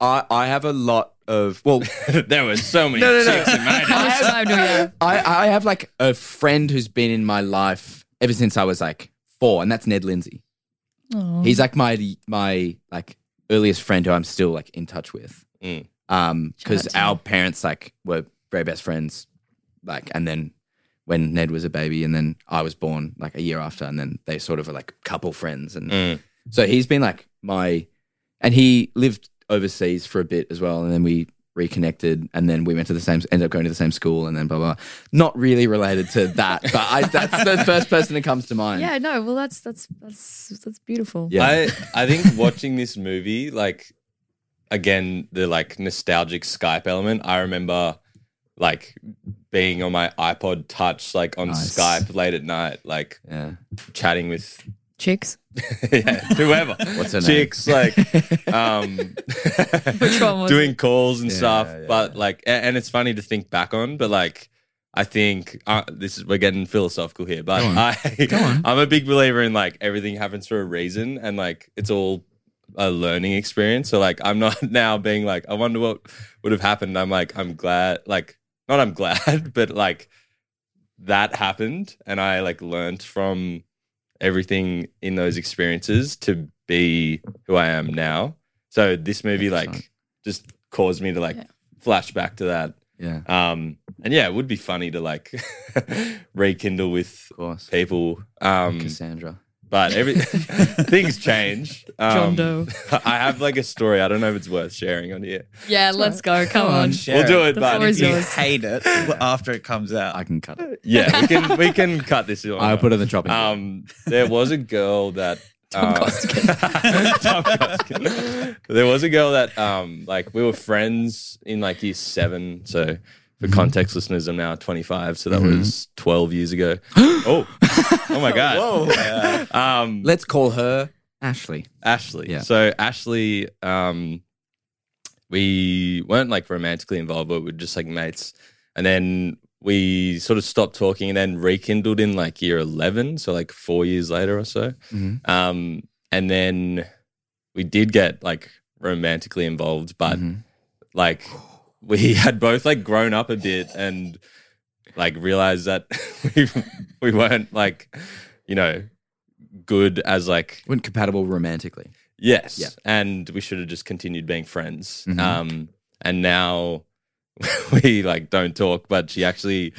Speaker 7: I I have a lot of well
Speaker 10: there were so many chicks in my
Speaker 9: How much time do we have?
Speaker 7: I I have like a friend who's been in my life ever since I was like 4 and that's Ned Lindsay. He's like my my like earliest friend who I'm still like in touch with.
Speaker 10: Mm.
Speaker 7: Um cuz
Speaker 9: out to
Speaker 7: our parents like were very best friends like and then when Ned was a baby and then I was born like a year after and then they sort of were like couple friends and
Speaker 10: Mm.
Speaker 7: so he's been like my and he lived overseas for a bit as well and then we reconnected and then we went to the same ended up going to the same school and then blah blah. Not really related to that, but I that's the first person that comes to mind.
Speaker 9: Yeah, no. Well, that's that's that's that's beautiful.
Speaker 7: Yeah.
Speaker 10: I I think watching this movie, like
Speaker 1: again the like nostalgic Skype element. I remember like being on my iPod Touch, like on
Speaker 7: Nice.
Speaker 1: Skype late at night, like
Speaker 7: Yeah.
Speaker 1: chatting with
Speaker 9: Chicks.
Speaker 1: yeah, whoever.
Speaker 7: What's her name?
Speaker 1: Chicks like um
Speaker 9: Which one was
Speaker 1: doing calls and
Speaker 7: Yeah,
Speaker 1: stuff.
Speaker 7: yeah,
Speaker 1: But like a- and it's funny to think back on, but like I think uh, this is we're getting philosophical here, but
Speaker 10: Go on.
Speaker 1: I
Speaker 10: Go on.
Speaker 1: I'm a big believer in like everything happens for a reason and like it's all a learning experience. So like I'm not now being like I wonder what would have happened. I'm like I'm glad like not I'm glad, but like that happened and I like learned from everything in those experiences to be who I am now. So this movie like
Speaker 7: Excellent.
Speaker 1: just caused me to like
Speaker 9: Yeah.
Speaker 1: flash back to that.
Speaker 7: Yeah.
Speaker 1: Um and yeah, it would be funny to like rekindle with
Speaker 7: Of course.
Speaker 1: people. Um
Speaker 7: Cassandra.
Speaker 1: but every things change.
Speaker 9: John
Speaker 1: Um,
Speaker 9: Doe.
Speaker 1: I have like a story. I don't know if it's worth sharing on here.
Speaker 9: Yeah, let's go. Come on.
Speaker 8: share
Speaker 1: We'll do it,
Speaker 9: The
Speaker 1: but
Speaker 9: floor is
Speaker 8: If you
Speaker 9: yours.
Speaker 8: hate it after it comes out,
Speaker 7: I can cut it.
Speaker 1: yeah, we can we can cut this. one
Speaker 7: I'll
Speaker 1: out.
Speaker 7: put it on the chopping block.
Speaker 1: Um, there was a girl that Tom Costigan. There was a girl that um, like we were friends in like year seven. So for context, listeners, I'm now 25. So that was 12 years ago. oh, oh my god.
Speaker 8: Yeah.
Speaker 1: Um,
Speaker 7: Let's call her Ashley.
Speaker 1: Ashley.
Speaker 7: Yeah.
Speaker 1: So Ashley, um, we weren't like romantically involved, but we were just like mates. And then we sort of stopped talking and then rekindled in like year 11. So like four years later or so.
Speaker 7: Mhm.
Speaker 1: Um, and then we did get like romantically involved, but like we had both like grown up a bit and like realized that we, we weren't like, you know, good as like
Speaker 7: Weren't compatible romantically.
Speaker 1: Yes.
Speaker 7: Yeah.
Speaker 1: And we should have just continued being friends.
Speaker 7: Mhm.
Speaker 1: Um, and now we like don't talk, but she actually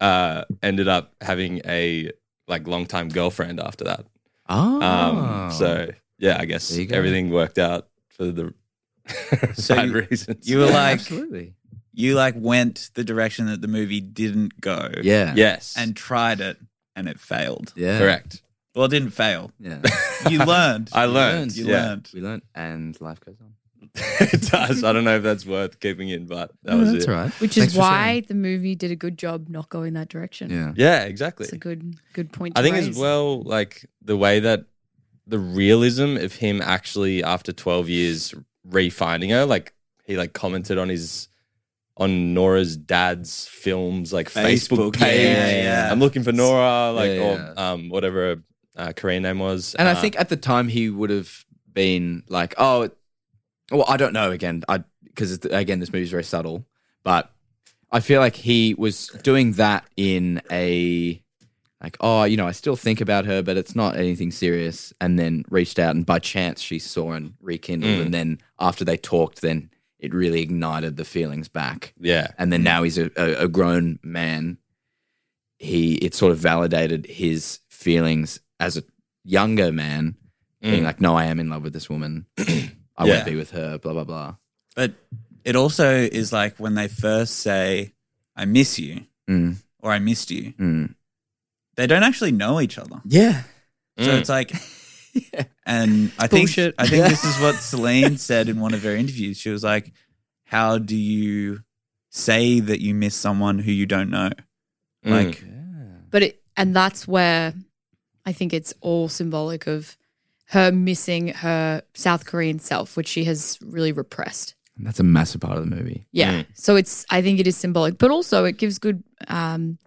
Speaker 1: uh ended up having a like longtime girlfriend after that.
Speaker 7: Oh.
Speaker 1: Um so yeah, I guess
Speaker 7: There you go.
Speaker 1: everything worked out for the
Speaker 8: So
Speaker 1: bad
Speaker 8: you-
Speaker 1: reasons.
Speaker 8: you were like,
Speaker 7: absolutely.
Speaker 8: you like went the direction that the movie didn't go.
Speaker 7: Yeah.
Speaker 1: yes.
Speaker 8: and tried it and it failed.
Speaker 7: Yeah.
Speaker 1: correct.
Speaker 8: Well, it didn't fail.
Speaker 7: Yeah.
Speaker 8: You learned.
Speaker 1: I learned.
Speaker 8: You
Speaker 1: yeah.
Speaker 8: learned.
Speaker 7: We learned, and life goes on.
Speaker 1: it does. I don't know if that's worth keeping in, but that
Speaker 7: No,
Speaker 1: was
Speaker 7: that's
Speaker 1: it.
Speaker 7: all right.
Speaker 9: Which is
Speaker 7: Thanks for
Speaker 9: why the movie did a good job not going that direction.
Speaker 7: sharing. Yeah.
Speaker 1: Yeah, exactly.
Speaker 9: It's a good good point. To
Speaker 1: I think
Speaker 9: raise.
Speaker 1: as well, like the way that the realism of him actually after twelve years refinding her, like he like commented on his on Nora's dad's films like Facebook,
Speaker 8: Facebook,
Speaker 1: page.
Speaker 8: yeah, yeah.
Speaker 1: I'm looking for Nora, like
Speaker 7: Yeah,
Speaker 1: or um whatever her, uh, Korean name was.
Speaker 7: And I
Speaker 1: Uh,
Speaker 7: think at the time he would have been like, oh, it- well, I don't know. Again, I because again, this movie's very subtle, but I feel like he was doing that in a like, oh, you know, I still think about her, but it's not anything serious. And then reached out, and by chance, she saw and rekindled.
Speaker 1: Mm.
Speaker 7: And then after they talked, then it really ignited the feelings back
Speaker 1: yeah.
Speaker 7: and then now he's a, a, a grown man. He it sort of validated his feelings as a younger man, being
Speaker 1: Mm.
Speaker 7: like, "No, I am in love with this woman. I
Speaker 1: Yeah.
Speaker 7: won't be with her." Blah blah blah.
Speaker 8: But it also is like when they first say, I miss you
Speaker 7: Mm,
Speaker 8: or I missed you,
Speaker 7: mm.
Speaker 8: they don't actually know each other.
Speaker 7: Yeah,
Speaker 8: So
Speaker 1: Mm.
Speaker 8: it's like, and I think
Speaker 9: Bullshit.
Speaker 8: I think
Speaker 7: Yeah.
Speaker 8: this is what Celine said in one of her interviews. She was like, "How do you say that you miss someone who you don't know?"
Speaker 1: Mm.
Speaker 8: Like,
Speaker 9: But it and that's where I think it's all symbolic of her missing her South Korean self, which she has really repressed.
Speaker 7: that's a massive part of the movie.
Speaker 9: Yeah.
Speaker 1: Mm.
Speaker 9: So it's I think it is symbolic, but also it gives good um,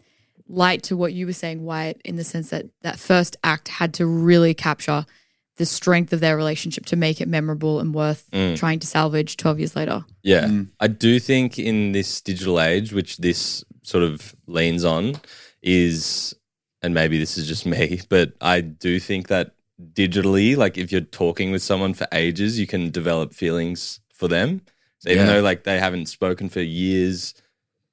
Speaker 9: light to what you were saying, Wyatt, in the sense that that first act had to really capture the strength of their relationship to make it memorable and worth
Speaker 1: Mm.
Speaker 9: trying to salvage 12 years later.
Speaker 1: Yeah.
Speaker 8: Mm.
Speaker 1: I do think in this digital age, which this sort of leans on, is, and maybe this is just me, but I do think that digitally, like if you're talking with someone for ages, you can develop feelings for them. So even
Speaker 7: Yeah.
Speaker 1: though like they haven't spoken for years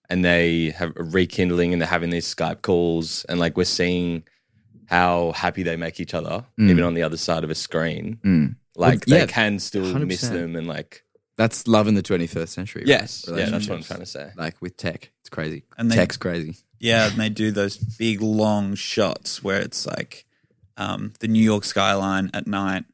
Speaker 1: and they have a rekindling and they're having these Skype calls and like we're seeing how happy they make each other,
Speaker 7: Mm.
Speaker 1: even on the other side of a screen.
Speaker 7: Mm.
Speaker 1: Like
Speaker 7: Well, yeah,
Speaker 1: they can still miss
Speaker 7: 100%.
Speaker 1: them and like
Speaker 7: That's love in the 21st century. right?
Speaker 1: Yes. Yeah, that's what I'm
Speaker 7: Relationships.
Speaker 1: trying to say.
Speaker 7: Like with tech, it's crazy.
Speaker 8: And they-
Speaker 7: Tech's crazy.
Speaker 8: yeah, and they do those big long shots where it's like um, the New York skyline at night,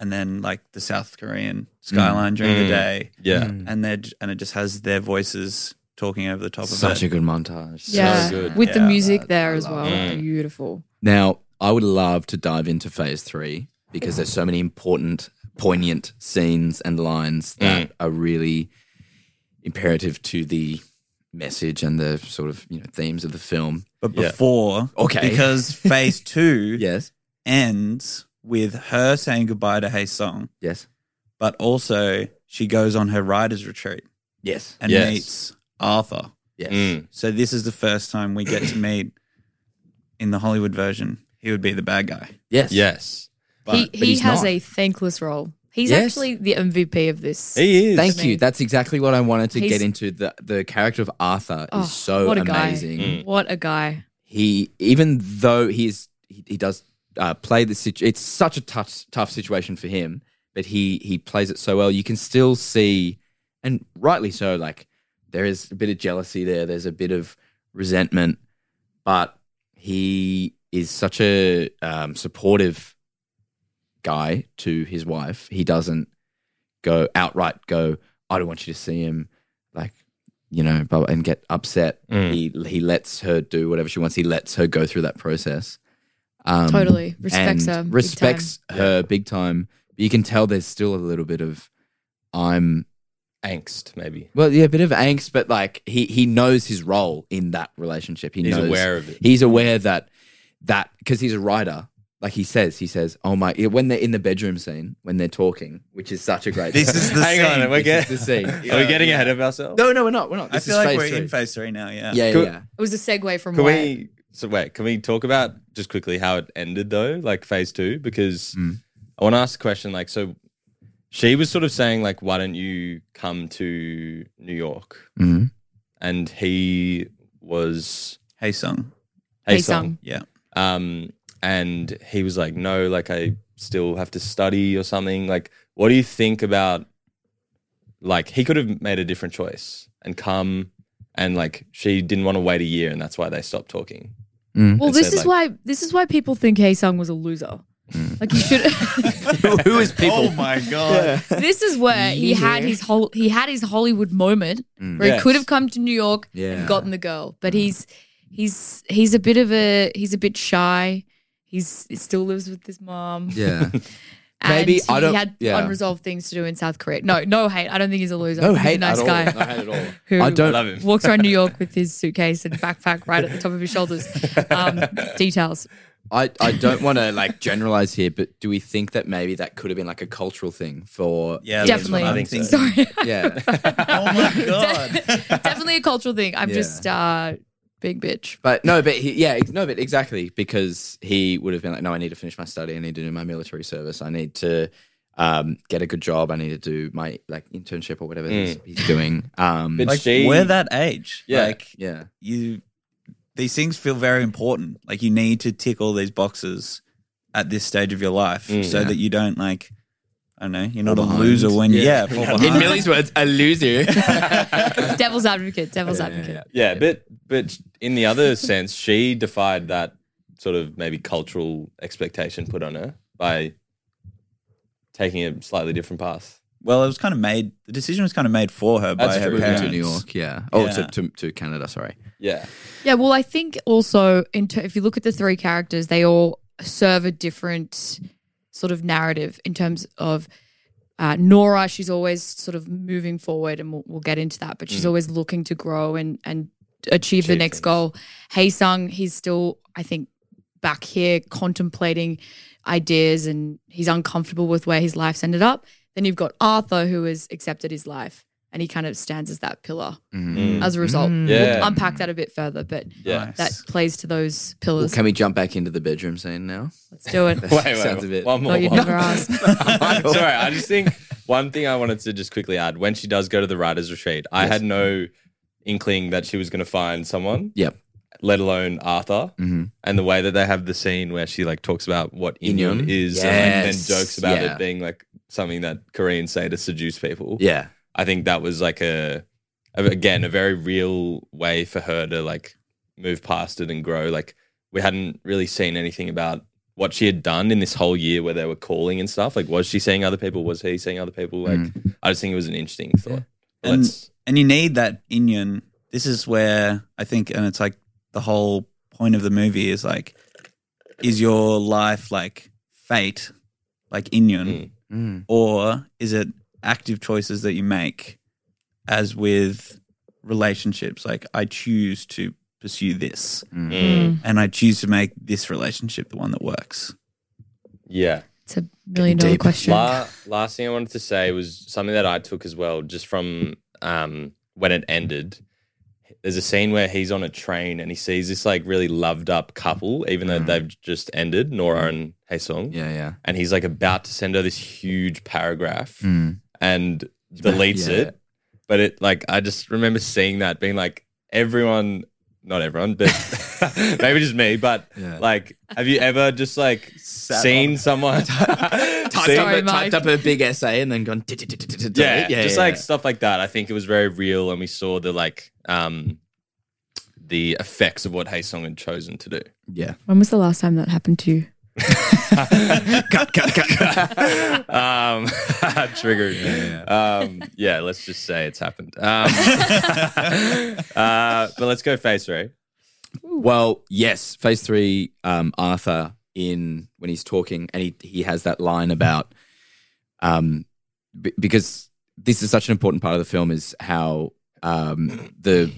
Speaker 8: and then like the South Korean skyline during the
Speaker 1: Mm.
Speaker 8: day,
Speaker 1: Yeah.
Speaker 8: and they and it just has their voices talking over the top
Speaker 7: Such
Speaker 8: of
Speaker 7: a
Speaker 8: it.
Speaker 7: good montage.
Speaker 9: yeah,
Speaker 1: good. Mm.
Speaker 9: with the
Speaker 8: Yeah,
Speaker 9: music
Speaker 8: that-
Speaker 9: there
Speaker 8: I
Speaker 9: as
Speaker 8: love
Speaker 9: well.
Speaker 1: it.
Speaker 9: Beautiful.
Speaker 7: Now, I would love to dive into phase three because there's so many important, poignant scenes and lines
Speaker 1: Mm.
Speaker 7: that are really imperative to the message and the sort of you know themes of the film.
Speaker 8: But
Speaker 1: Yeah.
Speaker 8: before,
Speaker 7: Okay.
Speaker 8: because phase two
Speaker 7: Yes.
Speaker 8: ends with her saying goodbye to Hey Song,
Speaker 7: Yes.
Speaker 8: but also she goes on her writer's retreat
Speaker 7: Yes.
Speaker 8: and
Speaker 1: Yes.
Speaker 8: meets Arthur.
Speaker 7: Yes.
Speaker 1: Mm.
Speaker 8: So this is the first time we get to meet in the Hollywood version. He would be the bad guy.
Speaker 7: Yes.
Speaker 1: Yes.
Speaker 9: he
Speaker 7: But- but
Speaker 9: he
Speaker 7: he's
Speaker 9: has
Speaker 7: not.
Speaker 9: a thankless role. He's
Speaker 7: Yes.
Speaker 9: actually the MVP of this.
Speaker 1: He is.
Speaker 7: Thank you.
Speaker 9: Amazing.
Speaker 7: That's exactly what I wanted to
Speaker 9: He's-
Speaker 7: get into. The the character of Arthur
Speaker 9: Oh,
Speaker 7: is so
Speaker 9: what a guy.
Speaker 7: amazing.
Speaker 1: Mm.
Speaker 9: What a guy.
Speaker 7: he even though he is he, he does uh, play the situ- it's such a tough tough situation for him but he he plays it so well you can still see and rightly so like there is a bit of jealousy there there's a bit of resentment but he is such a um, supportive guy to his wife he doesn't go outright go i don't want you to see him like you know blah, blah, and get upset
Speaker 1: Mm.
Speaker 7: he he lets her do whatever she wants he lets her go through that process um,
Speaker 9: Totally. Respects
Speaker 7: and
Speaker 9: her. big time.
Speaker 7: respects her big time but you can tell there's still a little bit of i'm
Speaker 1: Angst, maybe.
Speaker 7: well yeah a bit of angst but like he he knows his role in that relationship he
Speaker 1: He's
Speaker 7: knows
Speaker 1: aware of it.
Speaker 7: he's aware that that because he's a writer like he says he says oh my when they're in the bedroom scene when they're talking which is such a great
Speaker 8: This is the
Speaker 1: Hang
Speaker 8: scene.
Speaker 1: on, we're
Speaker 7: This
Speaker 1: getting,
Speaker 7: is the scene.
Speaker 1: are we getting ahead of ourselves?
Speaker 7: no no we're not we're not
Speaker 8: I
Speaker 7: this
Speaker 8: feel
Speaker 7: is
Speaker 8: like
Speaker 7: phase
Speaker 8: we're
Speaker 7: three.
Speaker 8: in phase three now. Yeah.
Speaker 7: yeah yeah,
Speaker 1: Cool.
Speaker 7: yeah.
Speaker 9: It was a segue from
Speaker 1: Can
Speaker 9: Wyatt.
Speaker 1: we? So wait, can we talk about just quickly how it ended though, like phase two? Because
Speaker 7: Mm.
Speaker 1: I want to ask a question. Like, so she was sort of saying, like, why don't you come to New York?
Speaker 8: Mm-hmm.
Speaker 7: Mhm.
Speaker 1: And he was
Speaker 8: Hey Song.
Speaker 9: Hey
Speaker 1: Sung.
Speaker 9: Sung.
Speaker 8: Yeah.
Speaker 1: Um, and he was like, no, like I still have to study or something. Like, what do you think about like he could have made a different choice and come and like she didn't want to wait a year and that's why they stopped talking.
Speaker 9: Well,
Speaker 7: Mm-hmm.
Speaker 1: and
Speaker 9: this
Speaker 1: said,
Speaker 9: is why this is why people think Hey Sung was a loser.
Speaker 7: Mm.
Speaker 9: Like he should.
Speaker 7: who is people
Speaker 8: Oh my god.
Speaker 9: this is where he had
Speaker 7: Yeah.
Speaker 9: his whole he had his Hollywood moment
Speaker 7: Mm.
Speaker 9: where
Speaker 1: Yes.
Speaker 9: he could have come to New York
Speaker 7: Yeah. Mm.
Speaker 9: and gotten the girl, but he's he's he's a bit of a he's a bit shy. He's he still lives with his mom.
Speaker 7: yeah
Speaker 9: and
Speaker 7: Maybe I
Speaker 9: he
Speaker 7: don't-
Speaker 9: had
Speaker 7: yeah.
Speaker 9: unresolved things to do in South Korea. No, no hate. I don't think he's a loser.
Speaker 7: no
Speaker 9: He's
Speaker 7: hate
Speaker 9: a nice
Speaker 7: at
Speaker 9: guy.
Speaker 7: all no hate at all
Speaker 9: Who
Speaker 7: I don't
Speaker 1: Love him.
Speaker 9: walks around New York with his suitcase and backpack right at the top of his shoulders. Um, details.
Speaker 7: I, I don't want to like generalize here, but do we think that maybe that could have been like a cultural thing for
Speaker 8: Yeah, that's
Speaker 9: Definitely.
Speaker 8: what I think so.
Speaker 9: Sorry.
Speaker 7: yeah?
Speaker 8: Oh my god.
Speaker 9: Definitely a cultural thing. I'm
Speaker 7: Yeah.
Speaker 9: just uh, big bitch.
Speaker 7: But no, but he, yeah, ex- no, but exactly because he would have been like, no, I need to finish my study, I need to do my military service, I need to um, get a good job, I need to do my like internship or whatever it is he's doing. Um,
Speaker 1: Mm. But
Speaker 8: like
Speaker 1: she-
Speaker 8: we're that age.
Speaker 1: Yeah.
Speaker 8: Like
Speaker 7: yeah,
Speaker 8: you these things feel very important. Like you need to tick all these boxes at this stage of your life
Speaker 1: Mm.
Speaker 8: so
Speaker 7: Yeah.
Speaker 8: that you don't like I don't know, you're not
Speaker 7: Fall
Speaker 8: a
Speaker 7: behind.
Speaker 8: loser when you
Speaker 7: Yeah.
Speaker 8: yeah, fall behind.
Speaker 7: words, a loser.
Speaker 9: Devil's advocate. Devil's advocate.
Speaker 1: Yeah, but but in the other sense, she defied that sort of maybe cultural expectation put on her by taking a slightly different path.
Speaker 8: Well, it was kind of made the decision was kind of made for her
Speaker 1: That's
Speaker 8: by her
Speaker 1: true.
Speaker 8: parents.
Speaker 7: to New York, yeah. Oh,
Speaker 8: Yeah.
Speaker 7: To, to to Canada, sorry.
Speaker 1: Yeah.
Speaker 9: Yeah, well, I think also in ter- if you look at the three characters, they all serve a different sort of narrative in terms of uh, Nora. She's always sort of moving forward, and we'll, we'll get into that. But she's always looking to grow and and achieve, the
Speaker 1: Mm. Achieve
Speaker 9: next
Speaker 1: things.
Speaker 9: goal. Hey Sung, he's still, I think, back here contemplating ideas, and he's uncomfortable with where his life's ended up. Then you've got Arthur, who has accepted his life, and he kind of stands as that pillar.
Speaker 7: Mm-hmm.
Speaker 1: Mm.
Speaker 9: As a result,
Speaker 1: Yeah.
Speaker 9: we'll unpack that a bit further, but
Speaker 1: Yeah.
Speaker 9: that plays to those
Speaker 7: Well,
Speaker 9: pillars.
Speaker 7: can we jump back into the bedroom scene now?
Speaker 9: Let's do it.
Speaker 1: Wait, wait,
Speaker 7: Sounds a bit-
Speaker 1: one more.
Speaker 9: Thought you'd
Speaker 1: one
Speaker 9: never
Speaker 1: more.
Speaker 9: ask.
Speaker 1: I'm sorry, I just think one thing I wanted to just quickly add when she does go to the writer's retreat, I
Speaker 7: Yes.
Speaker 1: had no inkling that she was going to find someone.
Speaker 7: Yep.
Speaker 1: Let alone Arthur.
Speaker 7: Mhm.
Speaker 1: And the way that they have the scene where she like talks about what
Speaker 7: Inyun?
Speaker 1: Inyun is and then
Speaker 7: Yes.
Speaker 1: jokes about
Speaker 7: Yeah.
Speaker 1: it being like something that Koreans say to seduce people.
Speaker 7: Yeah.
Speaker 1: I think that was like a, a- again, a very real way for her to like move past it and grow. Like we hadn't really seen anything about what she had done in this whole year where they were calling and stuff. Like, was she seeing other people? Was he seeing other people?
Speaker 7: Mm.
Speaker 1: Like, I just think it was an interesting thought. But
Speaker 8: And-
Speaker 1: Let's,
Speaker 8: and you need that union. This is where I think, and it's like the whole point of the movie is like, is your life like fate, like union,
Speaker 7: Mm.
Speaker 8: or is it active choices that you make? As with relationships, like I choose to pursue this,
Speaker 1: Mm.
Speaker 8: and I choose to make this relationship the one that works.
Speaker 1: yeah.
Speaker 9: It's a million dollar
Speaker 7: deep.
Speaker 9: question.
Speaker 1: La- last thing I wanted to say was something that I took as well, just from um, when it ended. There's a scene where he's on a train and he sees this like really loved up couple, even though they've just ended, Nora and Haesung.
Speaker 7: Mm-hmm. Yeah, yeah.
Speaker 1: And he's like about to send her this huge paragraph
Speaker 7: Mm.
Speaker 1: and deletes
Speaker 7: Yeah.
Speaker 1: it. But it like I just remember seeing that being like everyone not everyone, but maybe just me, but
Speaker 7: Yeah.
Speaker 1: like have you ever just like seen someone
Speaker 7: Typed,
Speaker 1: seen
Speaker 9: Sorry,
Speaker 7: up a, typed
Speaker 9: Mike.
Speaker 7: up a big essay and then gone. "Dit, dit, dit, dit, dit, dit."
Speaker 1: yeah, just like stuff like that. I think it was very real, and we saw the like um the effects of what Haesung had chosen to do.
Speaker 7: yeah.
Speaker 9: When was the last time that happened to you?
Speaker 7: Cut, cut, cut, cut.
Speaker 1: Um, triggered. Yeah, Um, yeah, let's just say it's happened. Um, uh, but let's go face Ray.
Speaker 7: Well, yes, phase three, um, Arthur in when he's talking and he, he has that line about um b- because this is such an important part of the film is how um the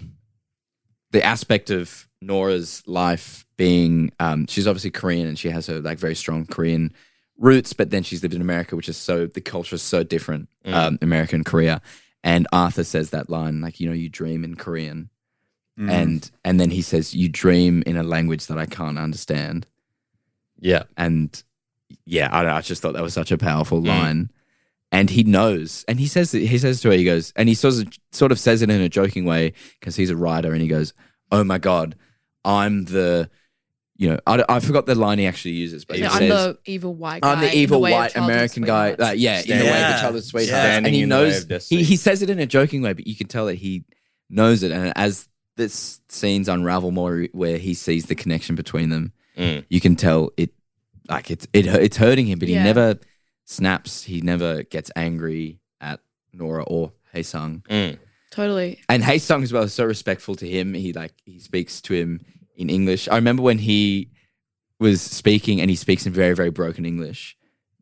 Speaker 7: the aspect of Nora's life being um she's obviously Korean and she has her like very strong Korean roots, but then she's lived in America, which is so the culture is so different, um, America and Korea. And Arthur says that line, like, you know, you dream in Korean
Speaker 8: Mm.
Speaker 9: Mm-hmm.
Speaker 7: and and then he says you dream in a language that i can't understand
Speaker 1: Yeah,
Speaker 7: and yeah i, don't know, I just thought that was such a
Speaker 9: Mm.
Speaker 7: powerful line and he knows and he says he says to her he goes and he sort of, sort of says it in a joking way because he's a writer and he goes oh my god i'm the you know i, I forgot the line he actually uses but
Speaker 9: Yeah,
Speaker 7: he
Speaker 9: I'm
Speaker 7: says
Speaker 9: the evil white guy.
Speaker 7: I'm the
Speaker 9: in
Speaker 7: evil
Speaker 9: way of
Speaker 7: white
Speaker 9: childhood
Speaker 7: American guy.
Speaker 9: sweethearts.
Speaker 7: Like, yeah, in the way of
Speaker 8: Yeah.
Speaker 7: the childhood sweethearts.
Speaker 8: Yeah.
Speaker 7: And he
Speaker 1: Standing in the way
Speaker 7: knows
Speaker 1: of destiny.
Speaker 7: he, he says it in a joking way, but you can tell that he knows it. And as this scenes unravel more, where he sees the connection between them,
Speaker 1: Mm.
Speaker 7: you can tell it like it's it, it's hurting him, but
Speaker 9: Yeah.
Speaker 7: he never snaps. He never gets angry at Nora or Haesung.
Speaker 1: Mm.
Speaker 9: Totally.
Speaker 7: And Haesung as well is so respectful to him. He like he speaks to him in English. I remember when he was speaking and he speaks in very very broken English.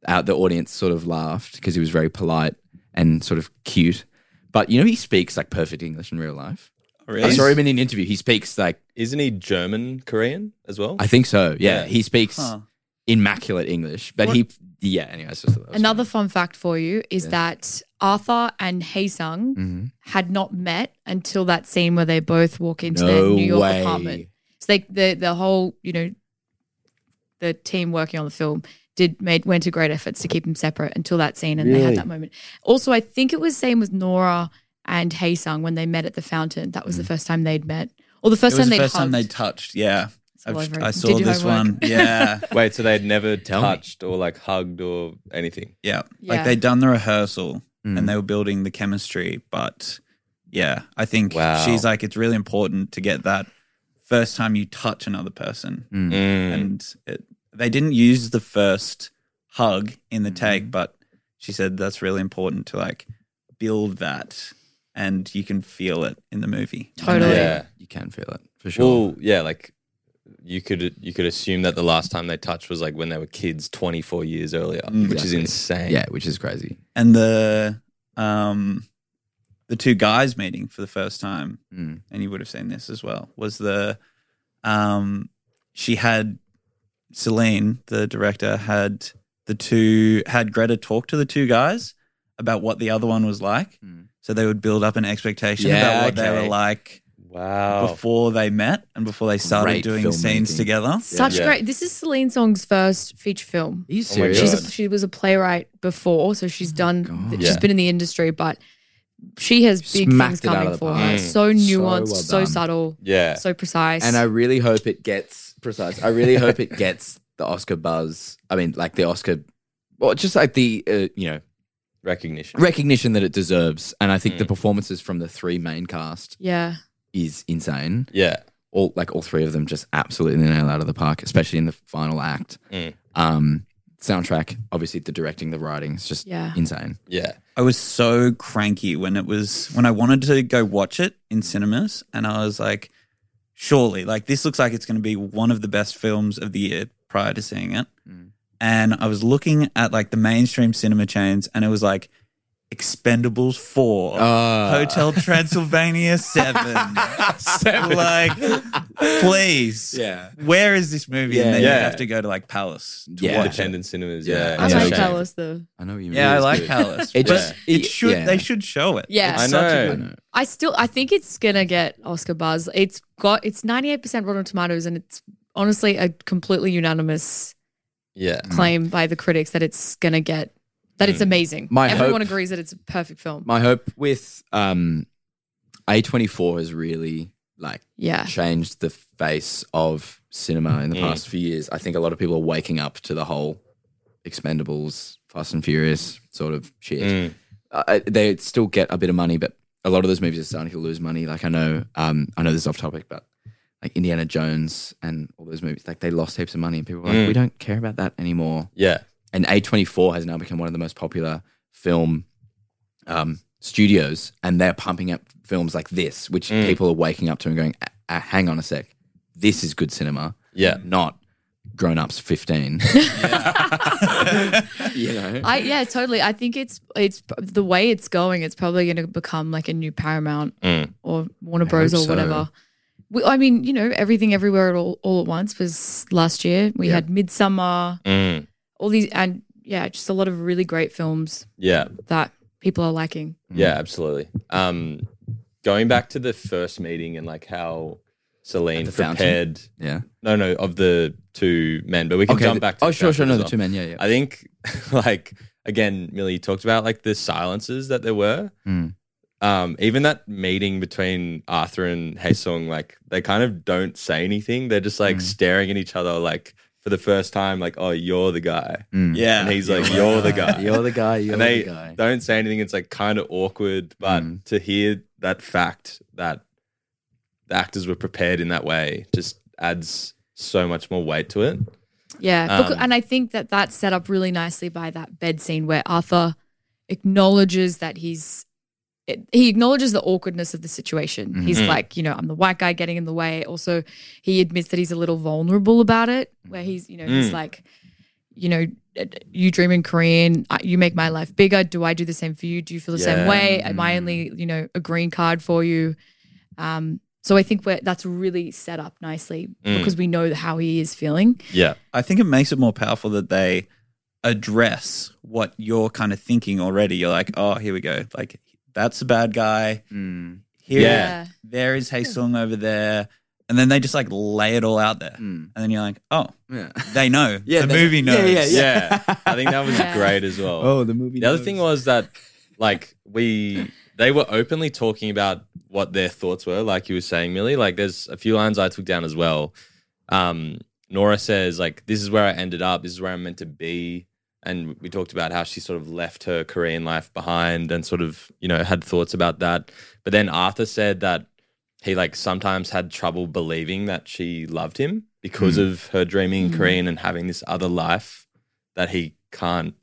Speaker 7: Out the audience sort of laughed because he was very polite and sort of cute. But you know he speaks like perfect English in real life. I saw him in an interview. He speaks like
Speaker 1: Isn't he German Korean as well?
Speaker 7: I think so. Yeah,
Speaker 1: Yeah.
Speaker 7: he speaks
Speaker 8: Huh.
Speaker 7: immaculate English. But he yeah. Anyway, I just thought that was
Speaker 9: Another fun fact for you is that Arthur and Haesung
Speaker 7: Mhm.
Speaker 9: had not met until that scene where they both walk into
Speaker 7: funny.
Speaker 9: their
Speaker 7: no
Speaker 9: New York
Speaker 7: way.
Speaker 9: apartment. So they, the the whole you know the team working on the film did made went to great efforts to keep them separate until that scene and they had that moment. Also, I think it was same with Nora and Haesung when they met at the fountain. That was
Speaker 7: Mm.
Speaker 9: the first time they'd met, or the
Speaker 8: It
Speaker 9: first
Speaker 8: was
Speaker 9: time
Speaker 8: the
Speaker 9: they'd
Speaker 8: first
Speaker 9: hugged.
Speaker 8: time they touched. Yeah,
Speaker 9: all
Speaker 8: I've-
Speaker 9: over.
Speaker 8: I
Speaker 9: Did
Speaker 8: saw
Speaker 9: your
Speaker 8: this
Speaker 9: homework.
Speaker 8: one. Yeah,
Speaker 1: Wait, so they'd never
Speaker 7: Tell me.
Speaker 1: touched or like hugged or anything.
Speaker 8: Yeah.
Speaker 9: Yeah.
Speaker 8: Like they'd done the rehearsal
Speaker 7: Mm.
Speaker 8: and they were building the chemistry. But yeah, I think
Speaker 1: Wow.
Speaker 8: she's like, it's really important to get that first time you touch another person.
Speaker 7: Mm.
Speaker 8: And it, they didn't use the first hug in the take, but she said that's really important to like build that and you can feel it in the movie.
Speaker 9: Totally.
Speaker 1: Yeah.
Speaker 7: You can feel it for sure.
Speaker 1: Well, yeah, like you could you could assume that the last time they touched was like when they were kids, twenty four years earlier,
Speaker 8: Mm.
Speaker 1: which is
Speaker 7: Exactly.
Speaker 1: insane.
Speaker 7: yeah, which is crazy.
Speaker 8: And the um the two guys meeting for the first time
Speaker 7: Mm.
Speaker 8: and you would have seen this as well, was the um she had Celine, the director, had the two had Greta talk to the two guys about what the other one was like.
Speaker 7: Mm.
Speaker 8: So they would build up an expectation
Speaker 7: Yeah,
Speaker 8: about what they
Speaker 7: okay. Oh.
Speaker 8: were like
Speaker 1: Wow.
Speaker 8: before they met and before they started
Speaker 7: Great
Speaker 8: doing
Speaker 7: filmmaking.
Speaker 8: scenes together.
Speaker 9: Such
Speaker 1: Yeah.
Speaker 9: great. This is Celine Song's first feature film.
Speaker 7: Are you
Speaker 1: Oh my
Speaker 7: serious?
Speaker 9: She's
Speaker 1: God.
Speaker 9: a, she was a playwright before, so she's done.
Speaker 7: Oh God.
Speaker 9: She's
Speaker 1: Yeah.
Speaker 9: been in the industry, but she has big
Speaker 7: Smacked
Speaker 9: things
Speaker 7: it out of
Speaker 9: coming
Speaker 7: the
Speaker 9: for
Speaker 7: park.
Speaker 9: her.
Speaker 1: Mm.
Speaker 9: So nuanced,
Speaker 7: well
Speaker 9: so
Speaker 7: done.
Speaker 9: subtle,
Speaker 1: Yeah.
Speaker 9: so precise.
Speaker 7: and I really hope it gets precise. I really hope it gets the Oscar buzz. I mean, like the Oscar, well, just like the uh, you know
Speaker 1: Recognition.
Speaker 7: recognition that it deserves. And I think
Speaker 8: Mm.
Speaker 7: the performances from the three main cast
Speaker 9: yeah,
Speaker 7: is insane.
Speaker 1: yeah.
Speaker 7: All like all three of them just absolutely nail out of the park, especially in the final act.
Speaker 1: Mm.
Speaker 7: Um, soundtrack, obviously the directing, the writing, it's just
Speaker 9: Yeah.
Speaker 7: insane.
Speaker 1: Yeah.
Speaker 8: I was so cranky when it was when I wanted to go watch it in cinemas, and I was like, surely, like this looks like it's going to be one of the best films of the year prior to seeing it. And I was looking at like the mainstream cinema chains, and it was like Expendables Four,
Speaker 7: Uh.
Speaker 8: Uh, Hotel Transylvania Seven, like please,
Speaker 7: Yeah.
Speaker 8: where is this movie?
Speaker 7: Yeah,
Speaker 8: and then
Speaker 1: yeah.
Speaker 8: you have to go to like Palace. to
Speaker 7: Yeah.
Speaker 8: watch it.
Speaker 1: Independent cinemas.
Speaker 7: Yeah.
Speaker 1: Yeah.
Speaker 9: I
Speaker 7: Yeah.
Speaker 9: like
Speaker 7: Yeah.
Speaker 9: Palace though.
Speaker 7: I know what you mean.
Speaker 8: Yeah, I
Speaker 7: It's
Speaker 8: like
Speaker 7: good.
Speaker 8: Palace.
Speaker 7: It
Speaker 8: It
Speaker 7: just-
Speaker 8: just
Speaker 7: y-
Speaker 8: it should
Speaker 7: yeah.
Speaker 8: they should show it.
Speaker 9: Yeah.
Speaker 8: It's
Speaker 1: I
Speaker 8: such a
Speaker 1: know.
Speaker 8: good-
Speaker 9: I still I think it's gonna get Oscar buzz. It's got it's ninety eight percent Rotten Tomatoes, and it's honestly a completely unanimous
Speaker 1: Yeah.
Speaker 7: Mm.
Speaker 9: claim by the critics that it's gonna get that
Speaker 8: Mm.
Speaker 9: it's amazing.
Speaker 7: My
Speaker 9: Everyone
Speaker 7: hope-
Speaker 9: agrees that it's a perfect film.
Speaker 7: My hope with um, A24 has really like
Speaker 9: yeah,
Speaker 7: changed the face of cinema in the past few years. I think a lot of people are waking up to the whole Expendables, Fast and Furious sort of shit.
Speaker 1: Mm.
Speaker 7: Uh, they still get a bit of money, but a lot of those movies are starting to lose money. Like I know, um, I know this is off topic, but like Indiana Jones and all those movies, like they lost heaps of money, and people were like, we don't care about that anymore
Speaker 1: Yeah.
Speaker 7: and A24 has now become one of the most popular film um, studios, and they're pumping out films like this, which
Speaker 1: Mm.
Speaker 7: people are waking up to and going, "Ah, ah, "Hang on a sec, this is good cinema."
Speaker 1: Yeah.
Speaker 7: not grown ups fifteen. you know,
Speaker 9: I yeah totally. I think it's it's the way it's going. It's probably going to become like a new Paramount or Warner Bros or
Speaker 7: so.
Speaker 9: whatever. We, I mean, you know, everything everywhere at all, all at once was last year. We
Speaker 7: Yeah.
Speaker 9: had Midsummer,
Speaker 1: Mm.
Speaker 9: all these, and yeah, just a lot of really great films
Speaker 1: Yeah.
Speaker 7: Mm.
Speaker 9: that people are liking.
Speaker 1: Yeah, absolutely. Um, going back to the first meeting and like how Celine
Speaker 7: the fountain?
Speaker 1: prepared.
Speaker 7: yeah.
Speaker 1: No, no, of the two men, but we can
Speaker 7: Okay.
Speaker 1: jump back. To
Speaker 7: oh,
Speaker 1: the
Speaker 7: sure, sure.
Speaker 1: fountain
Speaker 7: No,
Speaker 1: as
Speaker 7: the
Speaker 1: well.
Speaker 7: two men. Yeah, yeah.
Speaker 1: I think, like again, Millie talked about like the silences that there were.
Speaker 7: Mm.
Speaker 1: Um, even that meeting between Arthur and Haesung, like they kind of don't say anything. They're just
Speaker 7: Mm.
Speaker 1: like staring at each other, like for the first time, like, "Oh, you're the guy,"
Speaker 8: Yeah.
Speaker 1: and he's like, "You're the guy."
Speaker 7: Mm. You're the guy. You're
Speaker 1: and they
Speaker 7: the guy.
Speaker 1: don't say anything. It's like kind of awkward, but
Speaker 7: Mm.
Speaker 1: to hear that fact that the actors were prepared in that way just adds so much more weight to it.
Speaker 9: Yeah, becau-
Speaker 1: Um,
Speaker 9: and I think that that's set up really nicely by that bed scene where Arthur acknowledges that he's it, he acknowledges the awkwardness of the situation.
Speaker 1: Mm-hmm.
Speaker 9: He's like, you know, I'm the white guy getting in the way. Also, he admits that he's a little vulnerable about it, where he's, you know, he's
Speaker 1: Mm.
Speaker 9: like, you know, you dream in Korean, I- you make my life bigger. Do I do the same for you? Do you feel the same
Speaker 1: Yeah. Mm.
Speaker 9: way? Am I only, you know, a green card for you? Um, so I think we're, that's really set up nicely
Speaker 1: Mm.
Speaker 9: because we know how he is feeling.
Speaker 1: Yeah,
Speaker 8: I think it makes it more powerful that they address what you're kind of thinking already. You're like, oh, here we go. Like that's a bad guy.
Speaker 7: Mm.
Speaker 8: Here,
Speaker 1: Yeah.
Speaker 8: there is Haesung over there, and then they just like lay it all out there,
Speaker 7: Mm.
Speaker 8: and then you're like, oh,
Speaker 7: Yeah.
Speaker 8: they know.
Speaker 7: Yeah,
Speaker 8: the
Speaker 7: they-
Speaker 8: movie knows.
Speaker 7: yeah, yeah, Oh,
Speaker 1: yeah. I think that was
Speaker 9: Yeah.
Speaker 1: great as well.
Speaker 7: the movie.
Speaker 1: the other thing was that, like, we they were openly talking about what their thoughts were, like you were saying, Millie. Like, there's a few lines I took down as well. Um, Nora says, like, this is where I ended up. This is where I'm meant to be. And we talked about how she sort of left her Korean life behind and sort of, you know, had thoughts about that. But then Arthur said that he, like, sometimes had trouble believing that she loved him because of her dreaming in Korean and having this other life that he can't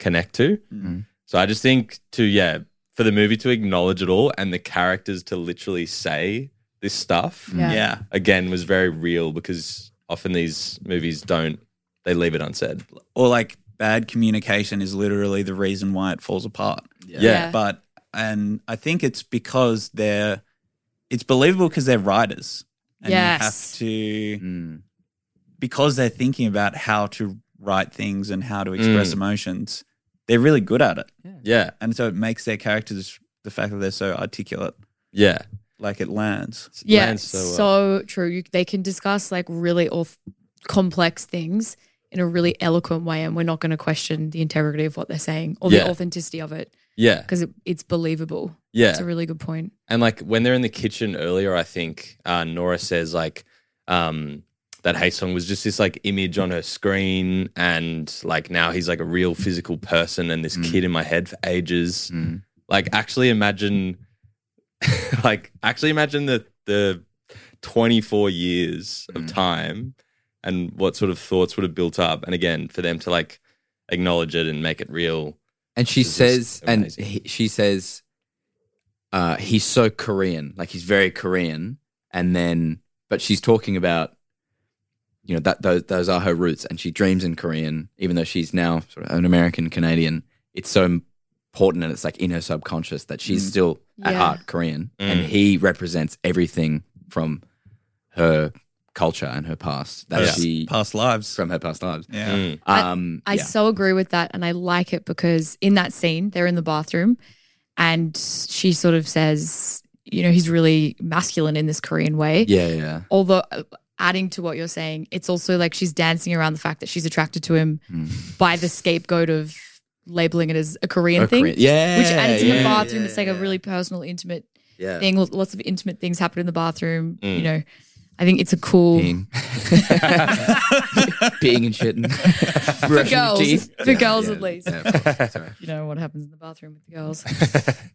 Speaker 1: connect to.
Speaker 7: Mhm.
Speaker 1: So I just think to, yeah, for the movie to acknowledge it all and the characters to literally say this stuff
Speaker 9: Yeah.
Speaker 8: yeah.
Speaker 1: again was very real because often these movies don't they leave it unsaid.
Speaker 8: Or like bad communication is literally the reason why it falls apart.
Speaker 1: Yeah.
Speaker 9: Yeah.
Speaker 8: but and I think it's because they're it's believable because they're writers. And
Speaker 9: Yes.
Speaker 8: you have to
Speaker 7: Mm.
Speaker 8: because they're thinking about how to write things and how to express
Speaker 1: Mm.
Speaker 8: emotions, they're really good at it.
Speaker 1: Yeah.
Speaker 8: And so it makes their characters the fact that they're so articulate,
Speaker 1: Yeah.
Speaker 8: like it lands.
Speaker 9: Yeah,
Speaker 1: Lands
Speaker 9: so,
Speaker 1: so uh, well.
Speaker 9: true. You, they can discuss like really auth- complex things in a really eloquent way, and we're not going to question the integrity of what they're saying or
Speaker 1: Yeah.
Speaker 9: the authenticity of it
Speaker 1: Yeah.
Speaker 9: because it, it's believable.
Speaker 1: Yeah.
Speaker 9: It's a really good point.
Speaker 1: And like when they're in the kitchen earlier, I think uh, Nora says like um, that Haesung was just this like image on her screen, and like now he's like a real physical person and this kid in my head for ages.
Speaker 7: Mm.
Speaker 1: Like actually imagine,
Speaker 8: Mm.
Speaker 1: like actually imagine the the twenty four years of time and what sort of thoughts would have built up. And again, for them to like acknowledge it and make it real.
Speaker 7: And she
Speaker 1: Which is just
Speaker 7: says, and
Speaker 1: amazing.
Speaker 7: he, she says, uh, he's so Korean, like he's very Korean. And then, but she's talking about, you know, that those, those are her roots, and she dreams in Korean, even though she's now sort of an American Canadian. It's so important, and it's like in her subconscious that she's
Speaker 8: Mm.
Speaker 7: still at
Speaker 9: Yeah.
Speaker 7: heart Korean, and
Speaker 1: Mm.
Speaker 7: he represents everything from her culture and her past that
Speaker 1: Yeah.
Speaker 7: she
Speaker 8: past lives.
Speaker 7: from her past lives.
Speaker 8: yeah.
Speaker 1: Mm.
Speaker 7: Um,
Speaker 9: I
Speaker 7: yeah.
Speaker 9: so agree with that. And I like it because in that scene, they're in the bathroom and she sort of says, you know, he's really masculine in this Korean way.
Speaker 7: yeah, yeah,
Speaker 9: Although, uh, adding to what you're saying, it's also like she's dancing around the fact that she's attracted to him
Speaker 7: Mm.
Speaker 9: by the scapegoat of labeling it as a Korean
Speaker 7: Oh,
Speaker 9: thing.
Speaker 7: Korean. Yeah,
Speaker 9: Which, and it's in the
Speaker 7: yeah,
Speaker 9: bathroom.
Speaker 7: yeah,
Speaker 9: it's like a
Speaker 7: yeah.
Speaker 9: really personal, intimate
Speaker 7: yeah. Hmm.
Speaker 9: thing. Lo- Lots of intimate things happen in the bathroom.
Speaker 1: Mm.
Speaker 9: You know, I think it's a cool.
Speaker 7: peeing. peeing and shitting.
Speaker 9: For girls, for girls
Speaker 7: yeah,
Speaker 9: at least.
Speaker 7: yeah, of course, sorry.
Speaker 9: You know what happens in the bathroom with the girls.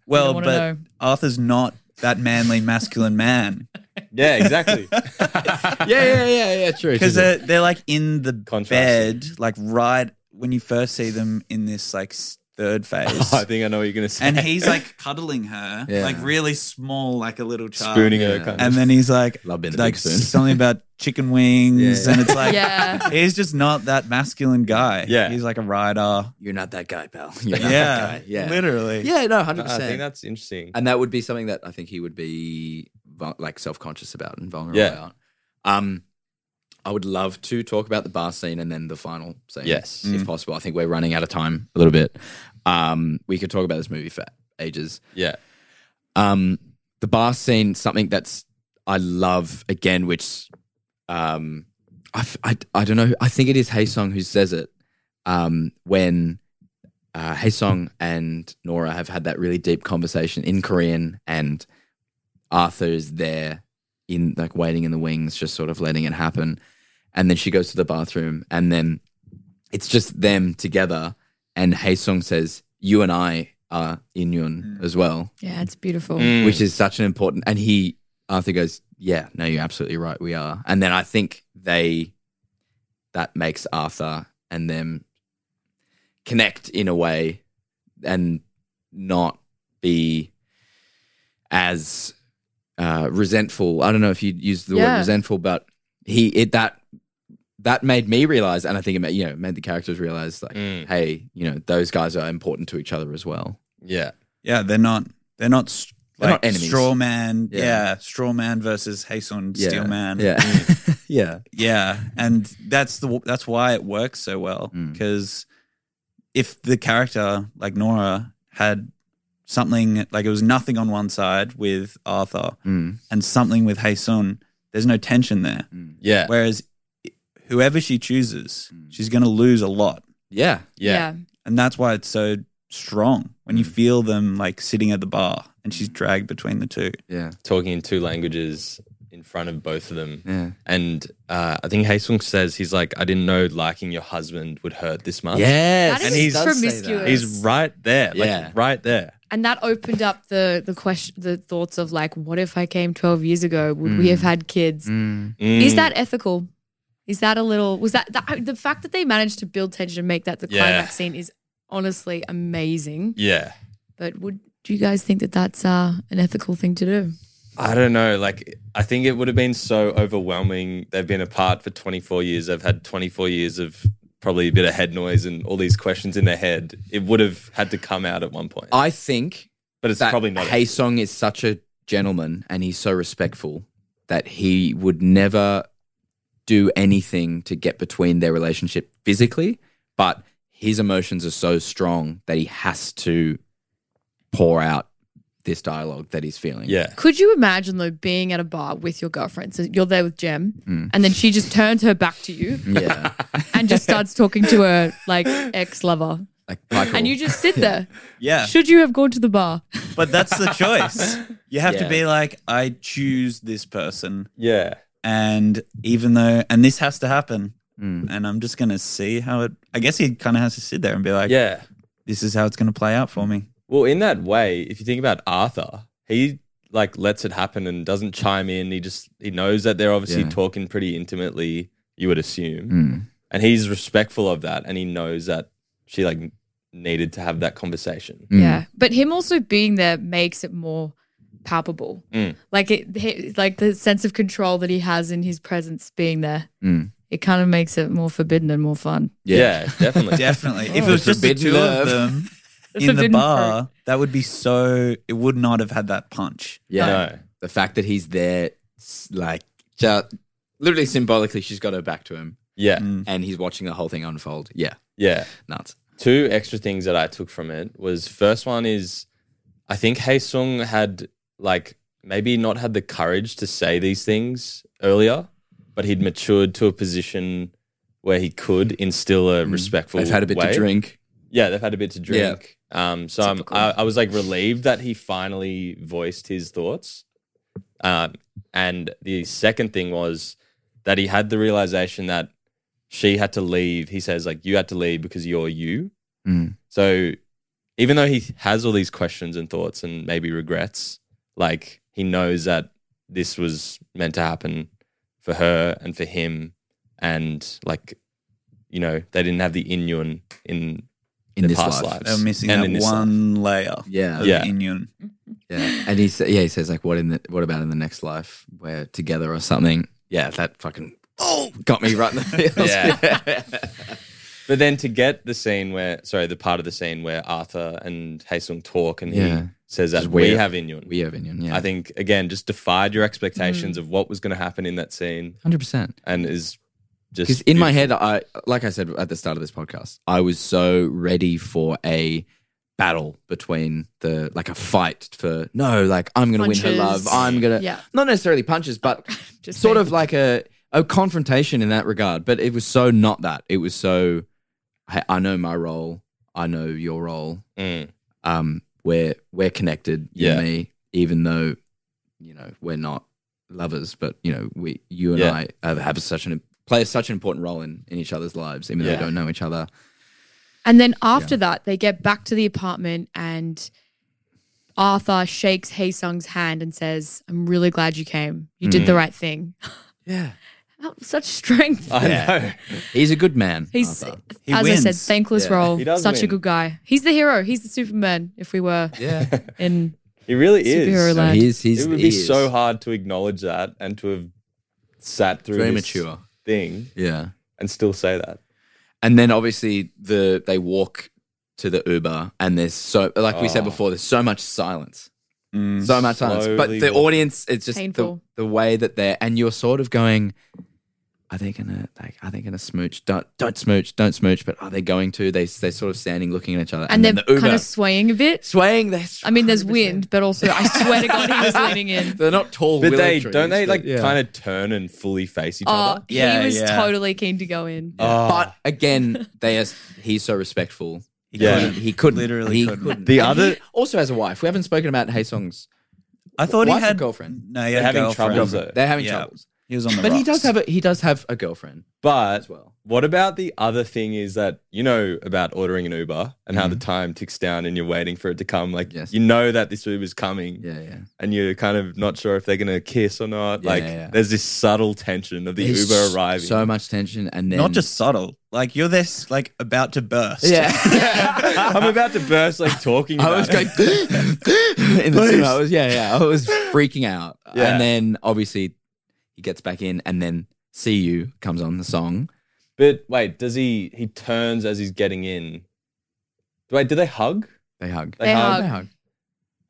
Speaker 8: Well,
Speaker 9: wanna
Speaker 8: but
Speaker 9: know.
Speaker 8: Arthur's not that manly, masculine man
Speaker 1: Yeah, exactly.
Speaker 7: yeah, yeah, yeah, yeah, true.
Speaker 8: because
Speaker 7: true,
Speaker 8: they're
Speaker 7: true.
Speaker 8: they're like in the
Speaker 1: Contrasting.
Speaker 8: bed, like right when you first see them in this like s- third phase,
Speaker 1: I think I know what you're gonna say.
Speaker 8: and he's like cuddling her,
Speaker 7: Oh, Yeah.
Speaker 8: like really small, like a little child,
Speaker 1: spooning her
Speaker 7: Yeah.
Speaker 1: kind
Speaker 8: and
Speaker 1: of.
Speaker 8: then he's like
Speaker 7: Love being a
Speaker 8: like
Speaker 7: big spoon.
Speaker 8: something about chicken wings,
Speaker 7: Yeah.
Speaker 8: and it's like
Speaker 9: yeah.
Speaker 8: he's just not that masculine guy.
Speaker 1: Yeah.
Speaker 8: he's like a rider.
Speaker 7: You're not that guy, pal. You're not that
Speaker 8: Yeah,
Speaker 7: guy. Yeah,
Speaker 8: literally.
Speaker 7: yeah, no,
Speaker 1: I
Speaker 7: hundred
Speaker 1: think
Speaker 7: percent.
Speaker 1: that's interesting.
Speaker 7: And that would be something that I think he would be vul- like self conscious about and vulnerable
Speaker 1: Yeah.
Speaker 7: about. Um, I would love to talk about the bar scene and then the final scene.
Speaker 1: Yes.
Speaker 7: if possible. I think we're running out of time a little bit. Um, we could talk about this movie for ages.
Speaker 1: Yeah.
Speaker 7: um, the bar scene something that's i love again which um, I, f- I- I don't know i think it is haesung who says it um, when uh, haesung and nora have had that really deep conversation in korean and arthur is there in like waiting in the wings just sort of letting it happen and then she goes to the bathroom and then it's just them together and haesung says you and i are in yun as well
Speaker 9: Yeah, it's
Speaker 8: Oh.
Speaker 9: beautiful.
Speaker 1: Mm.
Speaker 7: which is such an important and he arthur goes yeah no you're absolutely right we are and then i think they that makes arthur and them connect in a way and not be as uh, resentful i don't know if you'd use the word
Speaker 9: Yeah.
Speaker 7: resentful but he it that that made me realize and i think it made you know made the characters realize like
Speaker 1: Mm.
Speaker 7: hey you know those guys are important to each other as well
Speaker 1: Yeah.
Speaker 8: Yeah, they're not. They're not. s-
Speaker 7: They're
Speaker 8: like
Speaker 7: not enemies.
Speaker 8: straw man.
Speaker 7: Yeah.
Speaker 8: Yeah. straw man versus Hason
Speaker 7: yeah
Speaker 8: steel man.
Speaker 7: yeah yeah
Speaker 8: yeah, and that's the that's why it works so well
Speaker 7: Mm.
Speaker 8: because if the character like Nora had something like it was nothing on one side with Arthur
Speaker 7: Mm.
Speaker 8: and something with Hason, there's no tension there.
Speaker 1: Yeah.
Speaker 8: Whereas whoever she chooses, she's going to lose a lot.
Speaker 7: Yeah.
Speaker 1: Yeah.
Speaker 8: and that's why it's so strong when you
Speaker 7: Mm.
Speaker 8: feel them like sitting at the bar and she's dragged between the two.
Speaker 7: Yeah.
Speaker 1: Talking in two languages in front of both of them.
Speaker 7: Yeah.
Speaker 1: And uh, I think Haesung says he's like, I didn't know liking your husband would hurt this much.
Speaker 7: Yes.
Speaker 9: That
Speaker 1: And is he's-
Speaker 9: promiscuous.
Speaker 1: He's right there.
Speaker 7: Yeah.
Speaker 1: Like right there.
Speaker 9: And that opened up the the question, the thoughts of like, what if I came twelve years ago? Would
Speaker 7: Hmm.
Speaker 9: we have had kids? Is
Speaker 1: Mm.
Speaker 9: that ethical? Is that a little? Was that, that the fact that they managed to build tension and make that the
Speaker 1: Yeah.
Speaker 9: climax scene is honestly amazing?
Speaker 1: Yeah.
Speaker 9: But would do you guys think that that's uh, an ethical thing to do?
Speaker 1: I don't know. Like, I think it would have been so overwhelming. They've been apart for 24 years. They've had 24 years of probably a bit of head noise and all these questions in their head. It would have had to come out at one point.
Speaker 7: I think
Speaker 1: but it's
Speaker 7: Oh, that
Speaker 1: probably not.
Speaker 7: Hey Song is such a gentleman and he's so respectful that he would never do anything to get between their relationship physically, but his emotions are so strong that he has to pour out this dialogue that he's feeling.
Speaker 1: yeah.
Speaker 9: Could you imagine though being at a bar with your girlfriend? So you're there with Jem,
Speaker 7: Mm.
Speaker 9: and then she just turns her back to you
Speaker 7: Yeah.
Speaker 9: and just starts talking to her like ex lover,
Speaker 7: like Michael.
Speaker 9: and you just sit there.
Speaker 8: Yeah.
Speaker 9: Should you have gone to the bar?
Speaker 8: But that's the choice. You have
Speaker 7: Yeah.
Speaker 8: to be like, I choose this person.
Speaker 1: Yeah.
Speaker 8: And even though, and this has to happen.
Speaker 7: Mm.
Speaker 8: And I'm just going to see how it, I guess he kind of has to sit there and be like,
Speaker 1: Yeah.
Speaker 8: this is how it's going to play out for me.
Speaker 1: Well, in that way, if you think about Arthur, he like lets it happen and doesn't chime in. He just he knows that they're obviously
Speaker 7: Yeah.
Speaker 1: talking pretty intimately. you would assume.
Speaker 7: Mm.
Speaker 1: And he's respectful of that, and he knows that she like needed to have that conversation.
Speaker 7: Mm.
Speaker 9: Yeah, but him also being there makes it more palpable.
Speaker 1: Mm.
Speaker 9: Like it, he- like the sense of control that he has in his presence being there.
Speaker 7: Mm.
Speaker 9: It kind of makes it more forbidden and more fun.
Speaker 1: Yeah, definitely.
Speaker 8: Definitely. if it was just the
Speaker 7: forbidden
Speaker 8: two
Speaker 7: love.
Speaker 8: of them
Speaker 9: The
Speaker 8: in the
Speaker 9: forbidden
Speaker 8: bar, that would be so. It would not have had that punch.
Speaker 7: Yeah.
Speaker 1: No.
Speaker 7: The fact that he's there, s- like, just literally symbolically, she's got her back to him
Speaker 1: Yeah,
Speaker 8: Mm.
Speaker 7: and he's watching the whole thing unfold. Yeah.
Speaker 1: yeah.
Speaker 7: Nuts.
Speaker 1: Two extra things that I took from it was first one is I think Haesung had like maybe not had the courage to say these things earlier, but he'd matured to a position where he could instill a respectful.
Speaker 7: Mm. They've had a bit
Speaker 1: way.
Speaker 7: to drink.
Speaker 1: Yeah, they've had a bit to drink. Um, so I'm,
Speaker 9: Typical.
Speaker 1: I, I was like relieved that he finally voiced his thoughts. Um, and the second thing was that he had the realization that she had to leave. He says like, "You had to leave because you're you."
Speaker 7: Mm.
Speaker 1: So even though he has all these questions and thoughts and maybe regrets, like he knows that this was meant to happen for her and for him, and like you know they didn't have the inyun in
Speaker 7: In
Speaker 1: their
Speaker 7: this
Speaker 1: past
Speaker 7: life.
Speaker 1: lives.
Speaker 8: They're missing
Speaker 1: And in
Speaker 8: that
Speaker 1: this
Speaker 8: one layer
Speaker 7: Yeah.
Speaker 8: of
Speaker 1: Yeah.
Speaker 8: Inyon.
Speaker 7: Yeah, and he sa- yeah he says like what in the, what about in the next life we're together or something. Yeah, that fucking oh got me right in the feels.
Speaker 1: Yeah. But then to get the scene where, sorry, the part of the scene where Arthur and Haesung talk and
Speaker 7: Yeah.
Speaker 1: he says that
Speaker 7: Just
Speaker 1: we
Speaker 7: weird.
Speaker 1: have Inyun.
Speaker 7: we have Inyan. Yeah,
Speaker 1: I think, again, just defied your expectations of what was going to happen in that scene
Speaker 7: hundred percent.
Speaker 1: and is just.
Speaker 7: Because in my
Speaker 1: beautiful.
Speaker 7: head, I like I said at the start of this podcast, I was so ready for a battle between the like a fight for no, like I'm gonna win her
Speaker 9: Punches.
Speaker 7: love. I'm gonna
Speaker 9: Yeah.
Speaker 7: not necessarily punches, but
Speaker 9: Just
Speaker 7: sort
Speaker 9: saying.
Speaker 7: of like a a confrontation in that regard. But it was so not that. It was so I, I know my role. I know your role.
Speaker 1: Mm.
Speaker 7: um, we're we're connected, you
Speaker 1: Yeah.
Speaker 7: and me, even though you know we're not lovers, but you know we you and
Speaker 1: Yeah.
Speaker 7: I have, have such an play such an important role in in each other's lives, even though
Speaker 1: Yeah.
Speaker 7: we don't know each other.
Speaker 9: And then after that, they get back to the apartment and Arthur shakes Haesung's hand and says, I'm really glad you came. You did the
Speaker 7: Mm.
Speaker 9: right thing.
Speaker 7: Yeah,
Speaker 9: Oh, Such strength.
Speaker 1: I
Speaker 7: Yeah. he's a good man.
Speaker 9: He's,
Speaker 7: Uh, Arthur.
Speaker 8: He
Speaker 9: as I said,
Speaker 8: wins.
Speaker 9: thankless
Speaker 7: Yeah.
Speaker 9: role.
Speaker 1: He does
Speaker 9: Such a
Speaker 1: win.
Speaker 9: good guy. He's the hero. He's the Superman, if we were
Speaker 7: yeah,
Speaker 1: know.
Speaker 9: in.
Speaker 1: he really
Speaker 9: Superhero
Speaker 1: is.
Speaker 9: lad.
Speaker 7: he's he's
Speaker 1: it would
Speaker 7: he
Speaker 1: be
Speaker 7: is
Speaker 1: so hard to acknowledge that and to have sat through
Speaker 7: very
Speaker 1: this
Speaker 7: mature.
Speaker 1: thing
Speaker 7: Yeah,
Speaker 1: and still say that.
Speaker 7: and then obviously the they walk to the Uber, and there's so like we said
Speaker 1: Oh.
Speaker 7: before, there's so much silence.
Speaker 8: Mm.
Speaker 7: so much silence. But
Speaker 1: Slowly
Speaker 7: the
Speaker 1: walk.
Speaker 7: audience, it's just the,
Speaker 9: Painful.
Speaker 7: the way that they're, and you're sort of going, are they gonna like? Are they gonna smooch? Don't don't smooch, don't smooch. But are they going to? They they're sort of standing, looking at each other,
Speaker 9: And,
Speaker 7: and,
Speaker 9: they're
Speaker 7: then the Uber
Speaker 9: kind of swaying a bit.
Speaker 7: swaying. They're s-
Speaker 9: I mean, there's
Speaker 7: 100%.
Speaker 9: wind, but also I swear to God, he was leaning in.
Speaker 7: They're not tall,
Speaker 1: But
Speaker 7: willow
Speaker 1: they
Speaker 7: trees,
Speaker 1: don't they
Speaker 7: but-
Speaker 1: like
Speaker 7: yeah.
Speaker 1: kind of turn and fully face each
Speaker 9: Oh,
Speaker 1: other?
Speaker 8: Yeah,
Speaker 9: he was
Speaker 8: yeah.
Speaker 9: totally keen to go in.
Speaker 1: Oh.
Speaker 7: But again, they are. He's so respectful.
Speaker 8: He
Speaker 1: Yeah.
Speaker 7: He,
Speaker 8: couldn't.
Speaker 7: he couldn't.
Speaker 8: Literally
Speaker 7: he
Speaker 8: couldn't.
Speaker 1: The
Speaker 7: And
Speaker 1: other-
Speaker 7: he also has a wife. We haven't spoken about Haesung's
Speaker 8: I thought he
Speaker 7: wife or
Speaker 8: had
Speaker 7: girlfriend?
Speaker 8: No, he
Speaker 1: They're
Speaker 8: had
Speaker 1: having
Speaker 8: girlfriend.
Speaker 1: troubles though.
Speaker 7: They're having
Speaker 8: Yeah.
Speaker 7: troubles,
Speaker 8: He was on the.
Speaker 7: but he
Speaker 8: rocks.
Speaker 7: does have a he does have a girlfriend
Speaker 1: But
Speaker 7: as well.
Speaker 1: What about the other thing is that you know about ordering an Uber and how the time ticks down and you're waiting for it to come. Like
Speaker 7: Mm-hmm. Yes.
Speaker 1: you know that this Uber's coming
Speaker 7: Yeah, yeah.
Speaker 1: and you're kind of not sure if they're gonna kiss or not.
Speaker 7: Yeah,
Speaker 1: like
Speaker 7: yeah, yeah.
Speaker 1: there's this subtle tension of the
Speaker 7: There's
Speaker 1: Uber arriving.
Speaker 7: So much tension, and then
Speaker 8: Not just subtle. Like you're this like about to burst.
Speaker 7: yeah.
Speaker 1: I'm about to burst like talking.
Speaker 7: I
Speaker 1: about
Speaker 7: was
Speaker 1: it.
Speaker 7: going in the cinema. I was yeah, yeah. I was freaking out,
Speaker 1: Yeah.
Speaker 7: and then obviously he gets back in, and then "See You" comes on the song.
Speaker 1: But wait, does he he turns as he's getting in? Wait, do they hug?
Speaker 7: They hug.
Speaker 9: They hug.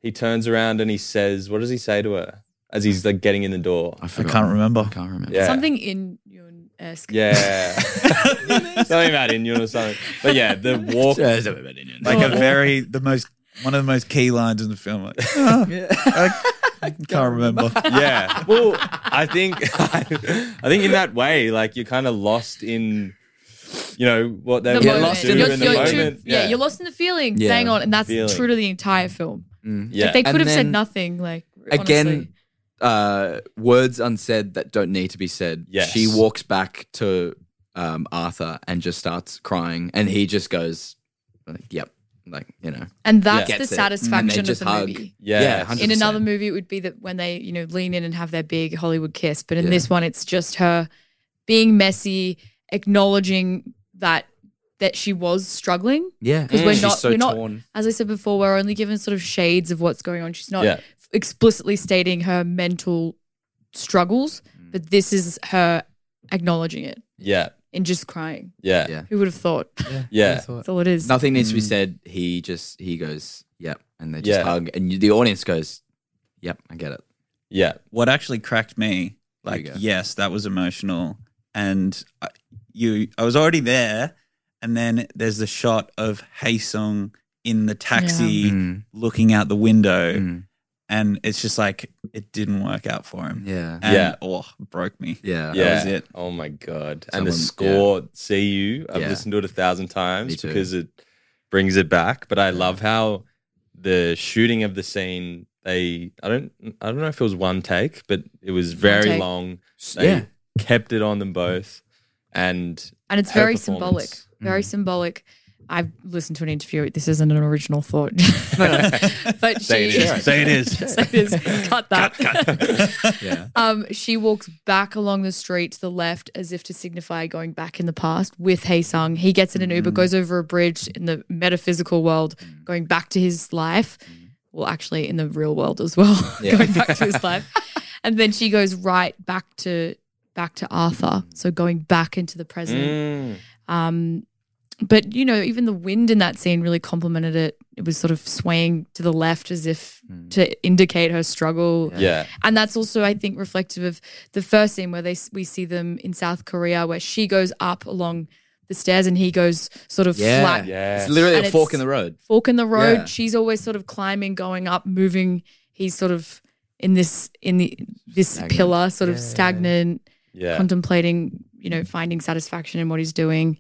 Speaker 1: He turns around and he says, What does he say to her? As he's like getting in the door.
Speaker 7: I,
Speaker 8: I
Speaker 7: forgot.
Speaker 8: can't remember.
Speaker 7: I can't remember.
Speaker 1: Yeah.
Speaker 9: Something in your esque.
Speaker 1: Yeah. something about Indian or something. But yeah, the walk
Speaker 7: Yeah, it's a bit of an Indian.
Speaker 8: Like a very the most one of the most key lines in the film. Like, "Ah, I, I can't remember.
Speaker 1: yeah. Well, I think I think in that way, like you're kind of lost in, you know, what they
Speaker 9: The
Speaker 1: were
Speaker 7: Get
Speaker 9: moment.
Speaker 7: lost
Speaker 1: doing
Speaker 7: in
Speaker 9: You're-
Speaker 1: in the
Speaker 9: you're too-
Speaker 1: moment.
Speaker 9: yeah. you're lost in the feeling.
Speaker 7: Yeah.
Speaker 9: Hang on, and that's
Speaker 1: Feeling.
Speaker 9: true to the entire film.
Speaker 7: Mm.
Speaker 1: Yeah.
Speaker 9: Like they could
Speaker 7: And
Speaker 9: have said
Speaker 7: then-
Speaker 9: nothing. Like
Speaker 7: Again,
Speaker 9: honestly.
Speaker 7: uh, words unsaid that don't need to be said.
Speaker 1: Yes.
Speaker 7: She walks back to um, Arthur and just starts crying, and he just goes, like, "Yep." Like you know,
Speaker 9: and that's
Speaker 7: Gets
Speaker 9: the
Speaker 7: it. And they
Speaker 9: satisfaction of
Speaker 7: just
Speaker 9: the
Speaker 7: hug.
Speaker 9: movie.
Speaker 1: Yeah.
Speaker 7: Yeah, 100%.
Speaker 9: In another movie, it would be that when they you know lean in and have their big Hollywood kiss, but in
Speaker 7: Yeah.
Speaker 9: this one, it's just her being messy, acknowledging that that she was struggling.
Speaker 7: Yeah,
Speaker 9: 'Cause we're
Speaker 7: she's
Speaker 9: not-
Speaker 7: so
Speaker 9: we're not-
Speaker 7: torn.
Speaker 9: As I said before, we're only given sort of shades of what's going on. She's not
Speaker 1: Yeah.
Speaker 9: explicitly stating her mental struggles,
Speaker 1: Mm.
Speaker 9: but this is her acknowledging it
Speaker 1: Yeah.
Speaker 9: and just crying.
Speaker 1: Yeah.
Speaker 7: Yeah.
Speaker 9: Who would have thought?
Speaker 1: Uh, Yeah. Mm.
Speaker 9: That's all it is.
Speaker 7: Nothing needs to be said. He just he goes, yep, and they just
Speaker 1: Yeah.
Speaker 7: hug, and you, the audience goes, yep, I get it.
Speaker 1: Yeah.
Speaker 8: what actually cracked me
Speaker 7: There you
Speaker 8: like
Speaker 7: go.
Speaker 8: yes that was emotional and I, you i was already there and then there's the shot of Haesung in the taxi looking out the window
Speaker 7: Mm.
Speaker 8: and it's just like it didn't work out for him
Speaker 7: Yeah,
Speaker 8: and
Speaker 1: Yeah.
Speaker 8: oh broke me
Speaker 7: yeah,
Speaker 1: yeah.
Speaker 8: was it.
Speaker 1: Oh my god! and
Speaker 7: Someone-
Speaker 1: the score, "See You," I've
Speaker 7: Yeah.
Speaker 1: listened to it a thousand
Speaker 7: Me
Speaker 1: times
Speaker 7: too.
Speaker 1: because it brings it back. But I love how the shooting of the scene. They, I don't, I don't know if it was one take, but it was very
Speaker 9: take.
Speaker 1: long. They
Speaker 7: yeah.
Speaker 1: kept it on them both, and
Speaker 9: and it's
Speaker 1: her
Speaker 9: very symbolic.
Speaker 1: performance. Mm.
Speaker 9: Very symbolic. I've listened to an interview. This isn't an original thought, but, but
Speaker 1: Say it
Speaker 9: she,
Speaker 1: is.
Speaker 8: Say it is.
Speaker 9: Say it is. Cut that.
Speaker 7: yeah.
Speaker 9: Um, she walks back along the street to the left as if to signify going back in the past with Haesung. He gets in an Uber, goes over a bridge in the metaphysical world, going back to his life. Well, actually, in the real world as well, going back to his life. And then she goes right back to back to Arthur, so going back into the present.
Speaker 1: Mm,
Speaker 9: Um, but you know, even the wind in that scene really complemented it. It was sort of swaying to the left as if to indicate her struggle
Speaker 1: yeah,
Speaker 9: and that's also I think reflective of the first scene where they we see them in South Korea where she goes up along the stairs and he goes sort of
Speaker 7: Yeah.
Speaker 9: flat
Speaker 1: yeah,
Speaker 7: It's literally
Speaker 9: And
Speaker 7: a fork
Speaker 9: it's-
Speaker 7: in the road.
Speaker 9: fork in the road
Speaker 7: Yeah.
Speaker 9: she's always sort of climbing going up moving he's sort of in this in the this
Speaker 7: Stagnant.
Speaker 9: pillar sort of stagnant
Speaker 1: yeah,
Speaker 9: contemplating you know finding satisfaction in what he's doing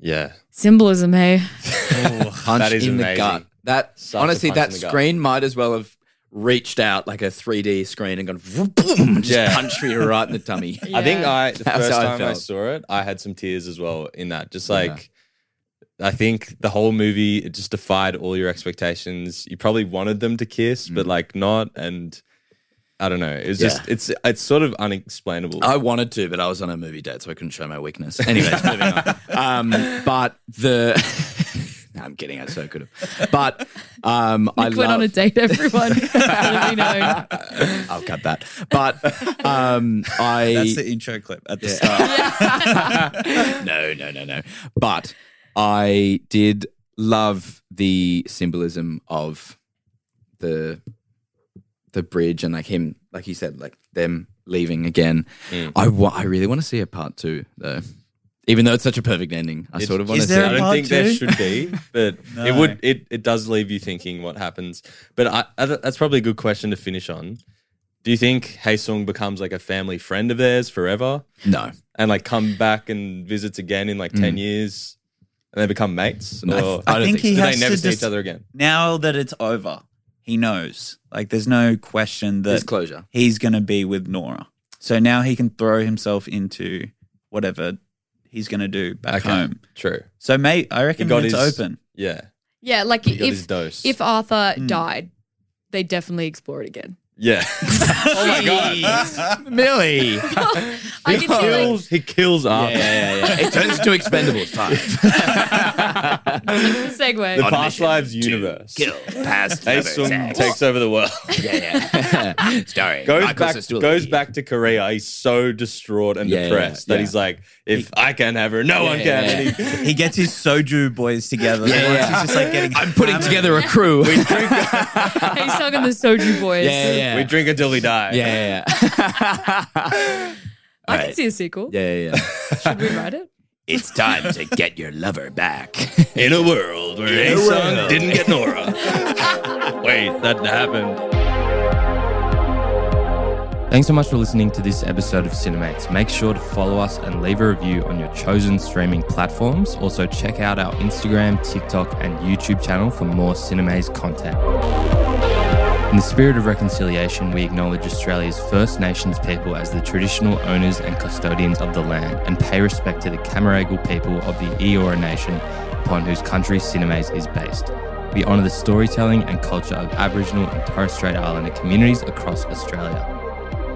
Speaker 1: yeah.
Speaker 9: symbolism hey
Speaker 7: punch
Speaker 1: That is
Speaker 7: in the
Speaker 1: amazing.
Speaker 7: gut. That
Speaker 1: Such a
Speaker 7: honestly,
Speaker 1: punch
Speaker 7: that
Speaker 1: in the gut.
Speaker 7: screen might as well have reached out like a 3D screen and gone vroom, boom, and just
Speaker 1: Yeah.
Speaker 7: punched me right in the tummy.
Speaker 1: I think
Speaker 9: Yeah.
Speaker 1: I the
Speaker 7: That's
Speaker 1: first
Speaker 7: how I
Speaker 1: time I
Speaker 7: felt.
Speaker 1: saw it, I had some tears as well in that. Just
Speaker 7: Yeah.
Speaker 1: like I think the whole movie it just defied all your expectations. You probably wanted them to kiss,
Speaker 7: Mm.
Speaker 1: but like not and I don't know. It was just it's it's sort of unexplainable.
Speaker 7: I wanted to, but I was on a movie date, so I couldn't show my weakness. Anyways, moving on. Um, but the. no, I'm kidding. I so could have. But um, I
Speaker 9: Nick went on
Speaker 7: love-
Speaker 9: a date everyone Let it be known.
Speaker 7: I'll cut that. But um, I.
Speaker 8: that's the intro clip at the
Speaker 7: Yeah.
Speaker 8: start
Speaker 7: no, no, no, no. But I did love the symbolism of the the bridge and like him, like you said, like them leaving again. I wa- I really want to see a part two though, even though it's such a perfect ending. I sort of want to
Speaker 8: is
Speaker 7: see.
Speaker 8: there
Speaker 1: I
Speaker 8: a
Speaker 7: it.
Speaker 1: don't
Speaker 8: part
Speaker 1: think there
Speaker 8: two?
Speaker 1: should be, but it
Speaker 8: No.
Speaker 1: would it, it does leave you thinking what happens. But I, I th- that's probably a good question to finish on. Do you think Haesung becomes like a family friend of theirs forever?
Speaker 7: No,
Speaker 1: and like come back and visits again in like 10 years and they become mates?
Speaker 7: no,
Speaker 1: Or
Speaker 7: I, don't
Speaker 8: think
Speaker 7: think,
Speaker 8: he
Speaker 1: do
Speaker 7: so.
Speaker 1: they
Speaker 8: has
Speaker 1: never
Speaker 8: to
Speaker 1: see
Speaker 8: just-
Speaker 1: each other again?
Speaker 8: now that it's over he knows like there's no question that
Speaker 7: There's closure.
Speaker 8: he's going to be with Nora. So now he can throw himself into whatever he's going to do back
Speaker 1: Okay.
Speaker 8: home.
Speaker 1: True.
Speaker 8: So mate, I reckon
Speaker 1: got
Speaker 8: it's
Speaker 1: his-
Speaker 8: open.
Speaker 1: Yeah.
Speaker 9: yeah like
Speaker 1: He got his
Speaker 9: if
Speaker 1: dose.
Speaker 9: if Arthur
Speaker 7: Hmm.
Speaker 8: Mm.
Speaker 9: died they definitely explore it again
Speaker 1: yeah. oh my God. Millie.
Speaker 7: Um,
Speaker 1: he,
Speaker 9: I can see like
Speaker 1: kills, he kills Arthur.
Speaker 7: Yeah, yeah, yeah. It turns to Expendables five.
Speaker 9: segue
Speaker 1: The Past Lives universe.
Speaker 7: past
Speaker 1: Ace Sung takes over the world.
Speaker 7: yeah, yeah. Starring
Speaker 1: goes
Speaker 7: Michael
Speaker 1: back
Speaker 7: Cistulli.
Speaker 1: goes back to Korea. He's so distraught and
Speaker 7: Yeah,
Speaker 1: depressed
Speaker 7: yeah,
Speaker 1: that
Speaker 7: yeah.
Speaker 1: he's like, if I can have her, no one
Speaker 7: yeah,
Speaker 1: can.
Speaker 7: yeah,
Speaker 1: And he-
Speaker 8: He gets his soju boys together.
Speaker 7: Yeah,
Speaker 8: Once
Speaker 7: yeah.
Speaker 8: He's just like getting
Speaker 7: I'm putting
Speaker 8: hammered.
Speaker 7: together a crew.
Speaker 9: Hey, Sung and the Soju Boys.
Speaker 7: Yeah, yeah.
Speaker 1: We drink until we die.
Speaker 7: yeah, yeah.
Speaker 9: I
Speaker 7: All
Speaker 9: can
Speaker 7: right.
Speaker 9: see a sequel.
Speaker 7: yeah, yeah, yeah.
Speaker 9: Should we write it?
Speaker 7: it's time to get your lover back.
Speaker 1: In a world where
Speaker 7: In a
Speaker 1: Aesung
Speaker 7: world.
Speaker 1: didn't get Nora. Wait, that happened. Thanks so much for listening to this episode of Cinemates. Make sure to follow us and leave a review on your chosen streaming platforms. Also, check out our Instagram, TikTok, and YouTube channel for more Cinemates content. In the spirit of reconciliation, we acknowledge Australia's First Nations people as the traditional owners and custodians of the land and pay respect to the Camaragal people of the Eora Nation upon whose country Cinemas is based. We honour the storytelling and culture of Aboriginal and Torres Strait Islander communities across Australia.